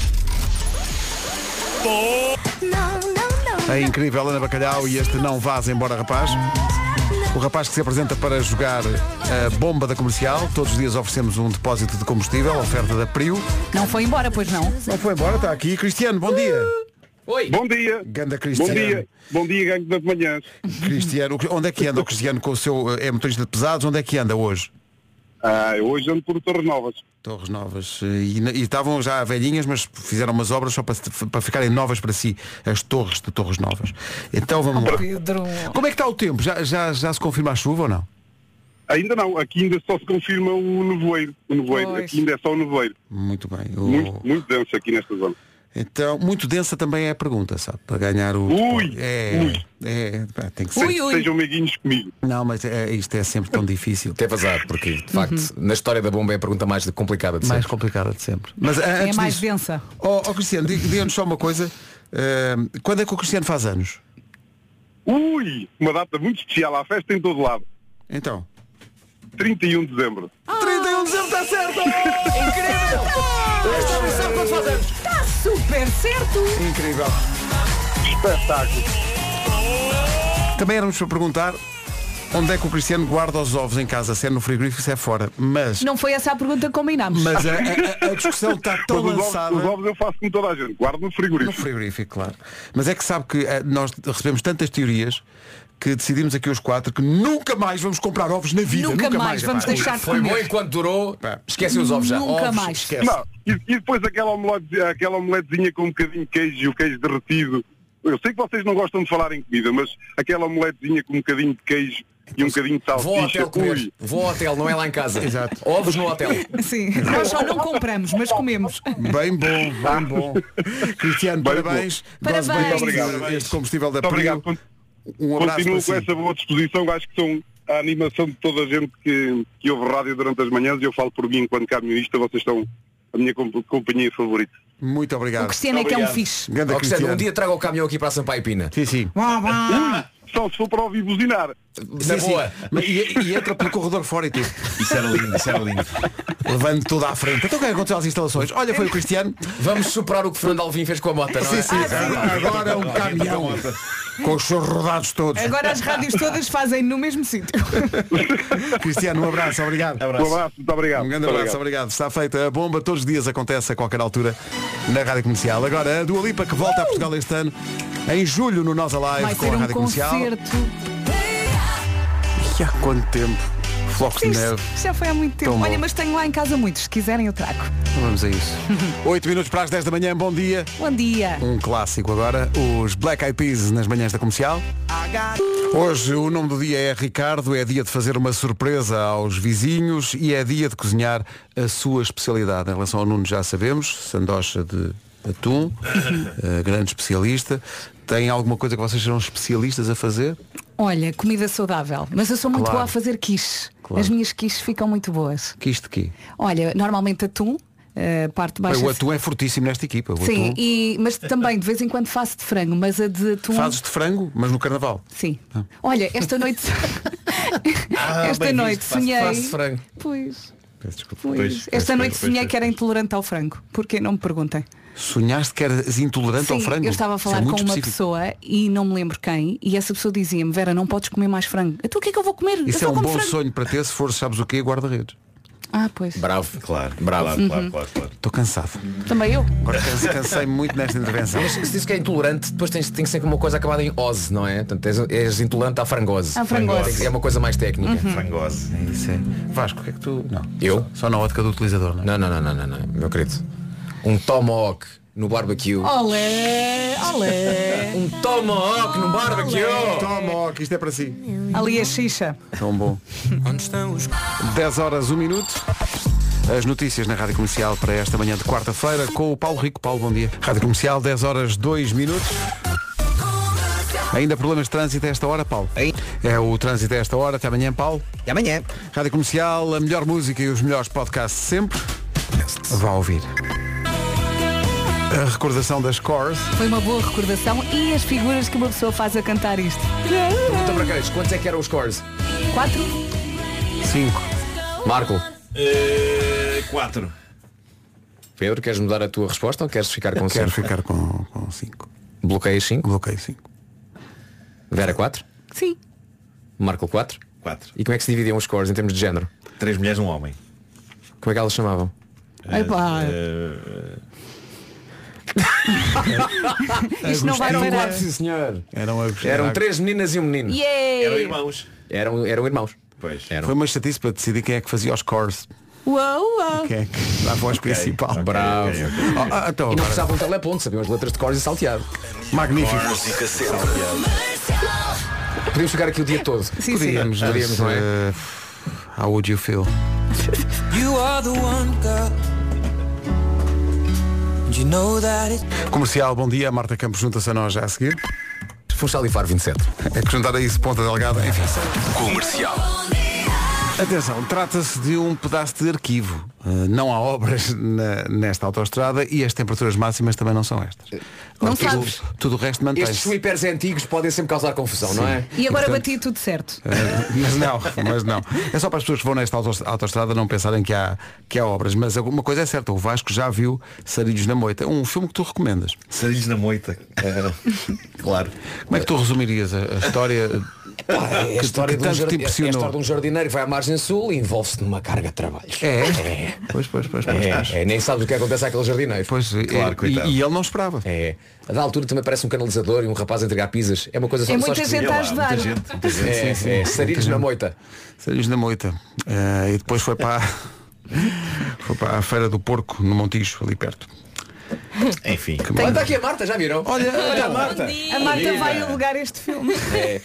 J: Não, não,
C: a incrível Ana Bacalhau e este Não Vás Embora Rapaz. O rapaz que se apresenta para jogar a bomba da comercial. Todos os dias oferecemos um depósito de combustível, oferta da Prio.
F: Não foi embora, pois não?
C: Não foi embora, está aqui. Cristiano, bom dia.
N: Oi!
M: Bom dia.
C: Ganda
M: Bom
C: Cristiano.
M: dia. Bom dia, gangue das manhãs.
C: Cristiano, o que- onde é que anda o Cristiano com o seu. eh, É motorista de pesados? Onde é que anda hoje?
M: Ah, eu hoje ando por Torre Novas.
C: Torres Novas. eh, E na- e estavam já velhinhas, mas fizeram umas obras só para, se- para ficarem novas para si, as torres de Torres Novas. Então vamos lá.
F: Pedro.
C: Como é que está o tempo? Já, já, já se confirma a chuva ou não?
M: Ainda não, aqui ainda só se confirma o nevoeiro. O nevoeiro,
F: Pois.
M: aqui ainda é só o nevoeiro.
C: Muito bem. O-
M: Muito, muito denso aqui nesta zona.
C: Então, muito densa também é a pergunta, sabe? Para ganhar o.
M: Ui,
C: É, é, pá, tem que ser.
F: Ui, ui.
M: Sejam amiguinhos comigo.
C: Não, mas é, isto é sempre tão difícil.
N: Teve azar, porque de facto, na história da bomba é a pergunta mais complicada de
C: mais
N: sempre.
C: complicada de sempre. Mas ah,
F: É
C: antes
F: mais
C: disso,
F: densa.
C: ó ó, Cristiano, diga- diga-nos só uma coisa. Ahm, quando é que o Cristiano faz anos?
M: Ui, uma data muito especial à festa em todo lado.
C: Então.
M: 31 de
F: Ah.
M: dezembro.
C: 31 de dezembro está tá certo!
N: Incrível! Esta é a missão quando fazemos.
J: não.
F: Super certo!
C: Incrível.
M: Espetáculo.
C: Também éramos para perguntar onde é que o Cristiano guarda os ovos em casa, se é no frigorífico, se é fora. Mas
F: Não foi essa a pergunta que combinámos.
C: Mas a- a- a- a discussão está tão
M: Mas os ovos-
C: lançada.
M: Os ovos eu faço como toda a gente, guardo no frigorífico.
C: No frigorífico, claro. Mas é que sabe que eh, nós recebemos tantas teorias que decidimos aqui os quatro que nunca mais vamos comprar ovos na vida. Nunca,
F: Nunca mais vamos
C: epá.
F: deixar de
N: Foi bom enquanto durou. Esquece os ovos já.
F: Nunca
N: ovos,
F: mais.
N: Esquece.
M: Não, e, e depois aquela, omelete, aquela omeletezinha com um bocadinho de queijo e o queijo derretido. Eu sei que vocês não gostam de falar em comida, mas aquela omeletezinha com um bocadinho de queijo e um bocadinho de
N: Vou ao
M: salsicha.
N: hotel comer.
M: ui.
N: Vou ao hotel, não é lá em casa. Exato. Ovos no hotel.
F: Sim, nós só não compramos, mas comemos.
C: Bem bom, bem bom. Cristiano,
M: Ah. Bem
C: parabéns.
F: bom.
C: Dose
F: Parabéns.
C: bem
M: Muito
C: obrigado.
M: obrigado.
C: Este combustível da
M: Muito obrigado.
C: Prio. Um abraço
M: Continuo
C: para
M: com
C: si.
M: essa boa disposição, acho que são a animação de toda a gente que, que ouve rádio durante as manhãs e eu falo por mim enquanto camionista, vocês são a minha comp- companhia favorita.
C: Muito obrigado.
F: O Cristiano é que é um fixe.
C: Ganda
N: Ó, Cristiano,
C: Cristiano.
N: um dia traga o caminhão aqui para a Sampaio Pina.
C: Sim, sim.
M: Ui, só se for para ouvir buzinar.
N: Na
C: Sim, sim.
N: boa.
C: Mas E, e entra pelo corredor fora e tudo.
K: Isso era lindo, isso era lindo.
C: Levando tudo à frente. Então o que é que aconteceu às instalações? Olha, foi o Cristiano.
N: Vamos superar o que Fernando Alvim fez com a moto, não é?
C: Sim,
F: Ah,
M: Ah,
C: sim. Agora um caminhão. Com os seus rodados
N: É
C: todos.
F: Agora as rádios todas fazem no mesmo sítio.
C: Cristiano, um abraço, obrigado.
M: Um abraço, muito obrigado.
C: Um grande
M: Muito
C: abraço, obrigado. Está feita a bomba, todos os dias acontece a qualquer altura na Rádio Comercial. Agora a Dua Lipa que volta a Portugal este ano, em julho no Nós Alive
F: Vai
C: com
F: ser
C: a
F: um
C: Rádio Comercial.
F: concerto.
C: E há quanto tempo? Flocos de
F: Isto
C: neve.
F: já foi há muito tempo.
C: é Tão bom.
F: Olha, mas tenho lá em casa muitos. Se quiserem, eu trago.
C: Vamos a isso. 8 minutos para as 10 da manhã, bom dia.
F: Bom dia.
C: Um clássico agora, os Black Eyed Peas nas manhãs da comercial. Hoje o nome do dia é Ricardo, é dia de fazer uma surpresa aos vizinhos e é dia de cozinhar a sua especialidade. Em relação ao Nuno já sabemos, sandocha de
F: Uhum.
C: atum, eh, grande especialista. Tem alguma coisa que vocês serão especialistas a fazer?
F: Olha, comida saudável. Mas eu sou muito
C: Claro.
F: boa a fazer quiche.
C: Claro.
F: As minhas quiches ficam muito boas.
C: Que isto aqui?
F: Olha, normalmente atum, eh, parte baixa.
C: Bem, o atum é fortíssimo nesta equipa. O
F: Sim,
C: atum
F: e, um- mas também de vez em quando faço de frango, mas a de atum.
C: fazes de frango, mas no carnaval.
F: Sim. Olha, esta noite. esta
C: Ah, bem
F: noite
C: visto, faço-
F: sonhei.
C: faço frango.
F: Pois.
C: Peço desculpa.
F: Pois.
K: Pois,
F: Esta
K: pois,
F: noite
K: pois,
F: sonhei
K: pois,
F: que era intolerante ao frango. Porquê? Não me perguntem.
C: Sonhaste que eras intolerante ao
F: Sim,
C: frango?
F: Eu estava a
C: Isso é
F: falar com
C: muito
F: uma
C: específico.
F: pessoa e não me lembro quem, e essa pessoa dizia-me, Vera, não podes comer mais frango. Então o que é que eu vou comer? eu
C: Isso
F: só
C: é um
F: como
C: bom
F: frango.
C: sonho para ter se for, sabes o quê? Guarda-redes.
F: Ah, pois.
N: Bravo.
K: Claro,
N: Bravo.
K: claro, claro, claro, claro.
C: Estou cansado.
F: Também eu.
C: Agora canse- cansei-me muito nesta intervenção.
N: Mas se diz que é intolerante, depois tens, tem que ser uma coisa acabada em ose, não é? Portanto, és, és intolerante à frangose.
F: À frangose. Uhum.
N: Tem que- É uma coisa mais técnica.
K: Frangose.
C: Isso é. Vasco, o que é que tu. Não.
N: Eu?
C: Só na ótica do utilizador, não é?
N: Não, não, não, não, não, não, meu querido. Um tomahawk no barbecue.
F: Olé, olé.
N: Um tomahawk no barbecue.
C: Toma, ó, que isto é para si.
F: Ali a xixa.
C: Tão bom. 10 horas, 1 minuto. As notícias na Rádio Comercial para esta manhã de quarta-feira com o Paulo Rico. Paulo, bom dia. Rádio Comercial, 10 horas, 2 minutos. Ainda problemas de trânsito a esta hora, Paulo? É o trânsito a esta hora. Até amanhã, Paulo.
E: Até amanhã.
C: Rádio Comercial, a melhor música e os melhores podcasts sempre. Vá ouvir. A recordação das cores.
F: Foi uma boa recordação e as figuras que uma pessoa faz a cantar isto.
N: Pergunta para queijo, quantos é que eram os scores?
F: Quatro?
C: 5.
N: Marco.
K: Eh, quatro.
N: Pedro, queres mudar a tua resposta ou queres ficar com
C: Quero
N: 5?
C: ficar com 5.
N: Bloqueio 5,
C: Bloqueio 5.
N: Vera 4,
F: Sim.
N: Marco 4.
K: Quatro.
N: E como é que se dividiam os scores em termos de género?
K: Três mulheres, um homem.
N: Como é que elas chamavam?
F: Epá.
K: É.
N: Eh,
F: Isto não vai parar.
N: um sim senhor.
C: Eram, a-
N: Eram três meninas e um menino.
K: Eram
F: Yeah.
K: irmãos.
N: Eram, eram irmãos.
K: Pois.
N: Eram.
C: Foi uma chatice para decidir quem é que fazia os cores.
F: Uau, uau.
C: Quem é que dá a voz principal.
K: um ok,
N: Bravo.
K: ok, ok.
C: Ah, ah, então
N: E não
C: agora.
N: precisavam de teleponto, sabiam as letras de cores e salteado.
C: Magnífico.
N: Podíamos ficar aqui o dia todo.
F: Sim, sim.
C: Podíamos,
N: Podíamos, não é?
C: eh, How would you feel? Comercial, bom dia. Marta Campos junta-se a nós já a seguir. eh,
N: Funchal e Faro 27.
C: É que juntar a isso Ponta Delgada, enfim.
B: Comercial.
C: Atenção, trata-se de um pedaço de arquivo. Uh, não há obras na- nesta autoestrada e as temperaturas máximas também não são estas.
F: Não
C: tudo,
F: sabes.
C: tudo o resto mantém-se.
N: Estes sweepers antigos podem sempre causar confusão, não é?
F: E agora
C: Portanto,
F: bati tudo certo.
C: Uh, mas não, mas não. É só para as pessoas que vão nesta autos- autoestrada não pensarem que há, que há obras. Mas alguma coisa é certa, o Vasco já viu Sarilhos na Moita. Um filme que tu recomendas.
K: Sarilhos na Moita. claro.
C: Como é que tu resumirias a, a história
N: Pá, é a
C: que,
N: história
C: que
N: de um
C: tanto te
N: jardi- é a história de
C: impressionou?
N: um jardineiro que vai à margem sul e envolve-se numa carga de trabalhos.
C: É?
N: É.
C: Pois, pois, pois, pois, pois.
N: É, é, nem sabes o que acontece àquele jardineiro.
C: Pois, é,
N: Claro,
C: e,
N: coitado.
C: e ele não esperava.
N: É. A da altura também parece um canalizador e um rapaz a entregar pizzas. É uma coisa só
F: É
N: só
F: muita
N: esquisita.
F: gente a ajudar. Muita gente, muita gente. Sim,
N: É,
F: sim.
N: é, sarilhos
C: Muita
N: na
C: gente.
N: moita.
C: Sarilhos na Moita. Eh, e depois foi para, foi para a Feira do Porco, no Montijo, ali perto.
K: Enfim.
N: Olha, está aqui a Marta, já viram?
C: Olha,
N: olha a
C: bom
N: Marta.
S: A Marta vai alugar este filme.
N: É.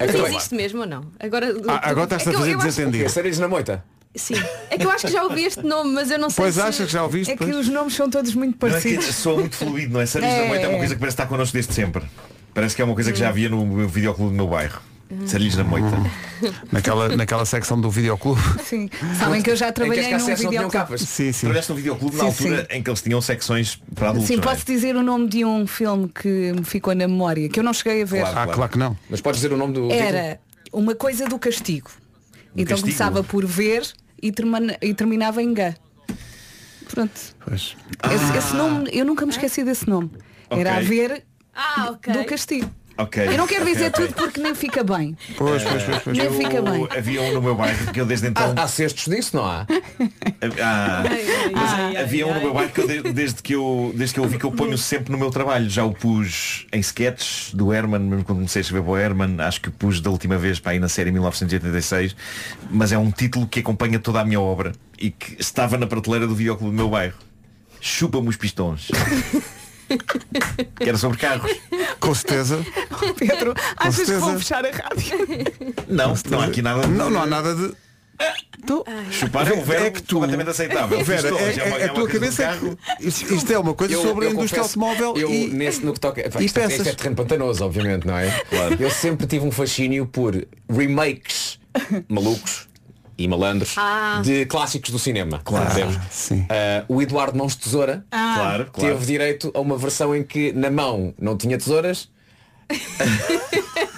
S: Mas
N: Acabou.
S: existe mesmo ou não? Agora,
C: Ah, agora estás
S: é
C: a
S: que eu-
C: fazer
S: eu acho-
C: desatendido.
N: Sarilhos na moita?
S: Sim. É que eu acho que já ouvi este nome, mas eu não sei
C: Pois
S: se...
C: achas que já ouviste?
S: É que
C: Pois.
S: os nomes são todos muito
K: Não é que
S: parecidos.
K: soa muito fluido, não é? Sarilhos
S: É.
K: da Moita é uma coisa que parece estar connosco desde sempre. Parece que é uma coisa que
F: Hum.
K: já havia no meu videoclube do meu bairro. Sarilhos da Moita.
C: Naquela, naquela secção do videoclube.
K: é
F: Sim. Sabem que eu já trabalhei num videoclube.
C: Sim, sim.
K: Trabalhaste num videoclube na
F: Sim,
K: altura em que eles tinham secções para adultos.
F: Sim,
K: não é?
F: posso dizer o nome de um filme que me ficou na memória, que eu não cheguei a ver.
C: Ah, que não.
N: Mas podes dizer o nome
C: é
N: do título?
F: Era uma coisa do castigo. então
N: castigo?
F: começava por ver e, termina- e terminava em gá. Pronto.
C: Pois. Ah.
F: Esse, esse nome, eu nunca me esqueci desse nome. Era a
K: Ok.
F: ver do castigo.
K: Ok.
F: eu não quero
K: ok,
F: dizer
K: ok.
F: tudo porque nem fica bem.
C: É Pois, pois, pois, pois.
F: Nem
K: Eu-
F: fica bem. Ah.
K: Havia um no meu bairro que eu desde então.
N: Há, há cestos disso, não há?
K: Ah, mas
N: ai,
K: havia um no meu bairro que eu de- desde que eu desde que eu vi que eu ponho sempre no meu trabalho. Já o pus em sketches do Herman, mesmo quando comecei a escrever para o Herman, acho que o pus da última vez para aí na série 1986, mas é um título que acompanha toda a minha obra e que estava na prateleira do videoclube do meu bairro. Chupa-me os pistões. que era sobre carros.
C: Com certeza.
S: Pedro,
C: achas que certeza. vão
S: fechar a rádio?
K: Não, não há aqui nada de...
C: Não, não há nada de.
K: Chupar é um verbo completamente aceitável.
C: Vera,
K: Pistões
C: é,
K: é uma-
C: é
K: é
C: a
K: uma
C: tua
K: coisa de
C: cabeça. é
K: carro.
C: que- Isto, isto é uma coisa
N: Eu-
C: sobre
N: eu
C: a indústria
N: confesso,
C: automóvel
N: eu,
C: e.
N: nesse, no que toca, pá,
C: e
N: isto, é- isto é
C: peças.
N: terreno pantanoso, obviamente, não é? Eu sempre tive um fascínio por remakes malucos e malandros
S: Ah.
N: de clássicos do cinema.
C: Claro,
N: percebes?
C: sim.
N: Ah, o Eduardo Mãos de Tesoura
S: Ah.
K: Claro, claro.
N: teve direito a uma versão em que na mão não tinha tesouras.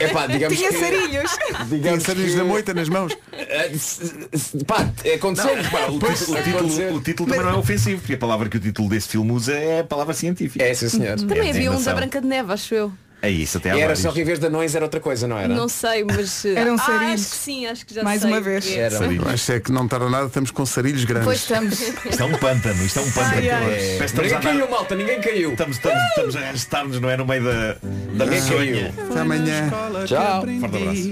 N: Epá, digamos
S: Tinha
N: que,
S: sarilhos.
C: Tinha
N: digamos
C: sarilhos
N: que-
C: da moita nas mãos.
N: Ah, s- s- Pá, aconteceu.
K: Não,
N: pá,
K: o,
N: pois, é.
K: título, o,
N: aconteceu.
K: título, o título também não é ofensivo, porque a palavra que o título desse filme usa é a palavra científica.
N: É, sim, senhor.
S: Também havia um da
K: Indignação.
S: Branca de Neve, acho eu.
K: É isso, até
N: E
K: agora.
N: era só que em vez de anões era outra coisa, não era?
S: Não sei, mas. eh,
C: um
F: Eram
S: ah,
F: sarilhos.
S: acho que sim, acho que já
F: Mais
S: sei
F: uma
S: o
F: vez.
S: que é.
N: Era.
C: Acho é que não tarda nada, estamos com sarilhos grandes.
S: Pois estamos.
K: Isto é um pântano, isto é um pântano.
S: Ai, ai.
K: Parece que Estamos, a
N: Ninguém
K: andar-
N: caiu, malta, ninguém caiu.
K: estamos, estamos, estamos a arrastar-nos, não é? No meio da, da
N: Ninguém
K: peçonha.
N: caiu.
C: Até amanhã.
N: Tchau.
K: Forte abraço.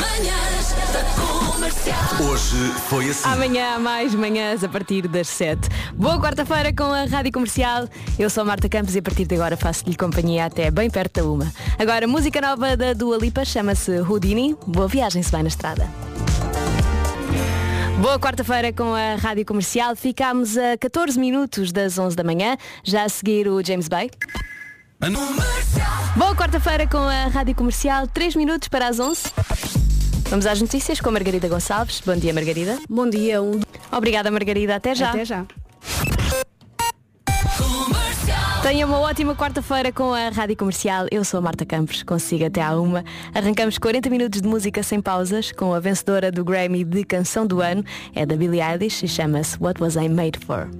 A: Manhãs da comercial.
P: Hoje foi assim.
S: Amanhã há mais manhãs a partir das 7. Boa quarta-feira com a Rádio Comercial. Eu sou a Marta Campos e a partir de agora faço-lhe companhia até bem perto da uma. Agora, música nova da Dua Lipa chama-se Houdini. Boa viagem, se vai na estrada. Boa quarta-feira com a Rádio Comercial. Ficámos a 14 minutos das 11 da manhã. Já a seguir o James Bay. Boa quarta-feira com a Rádio Comercial. 3 minutos para as 11. Vamos às notícias com a Margarida Gonçalves. Bom dia, Margarida.
T: Bom dia, um.
S: Obrigada, Margarida. Até já.
F: Até já.
S: Tenha uma ótima quarta-feira com a Rádio Comercial. Eu sou a Marta Campos, consigo até à uma. Arrancamos 40 minutos de música sem pausas com a vencedora do Grammy de Canção do Ano. É da Billie Eilish e chama-se What Was I Made For.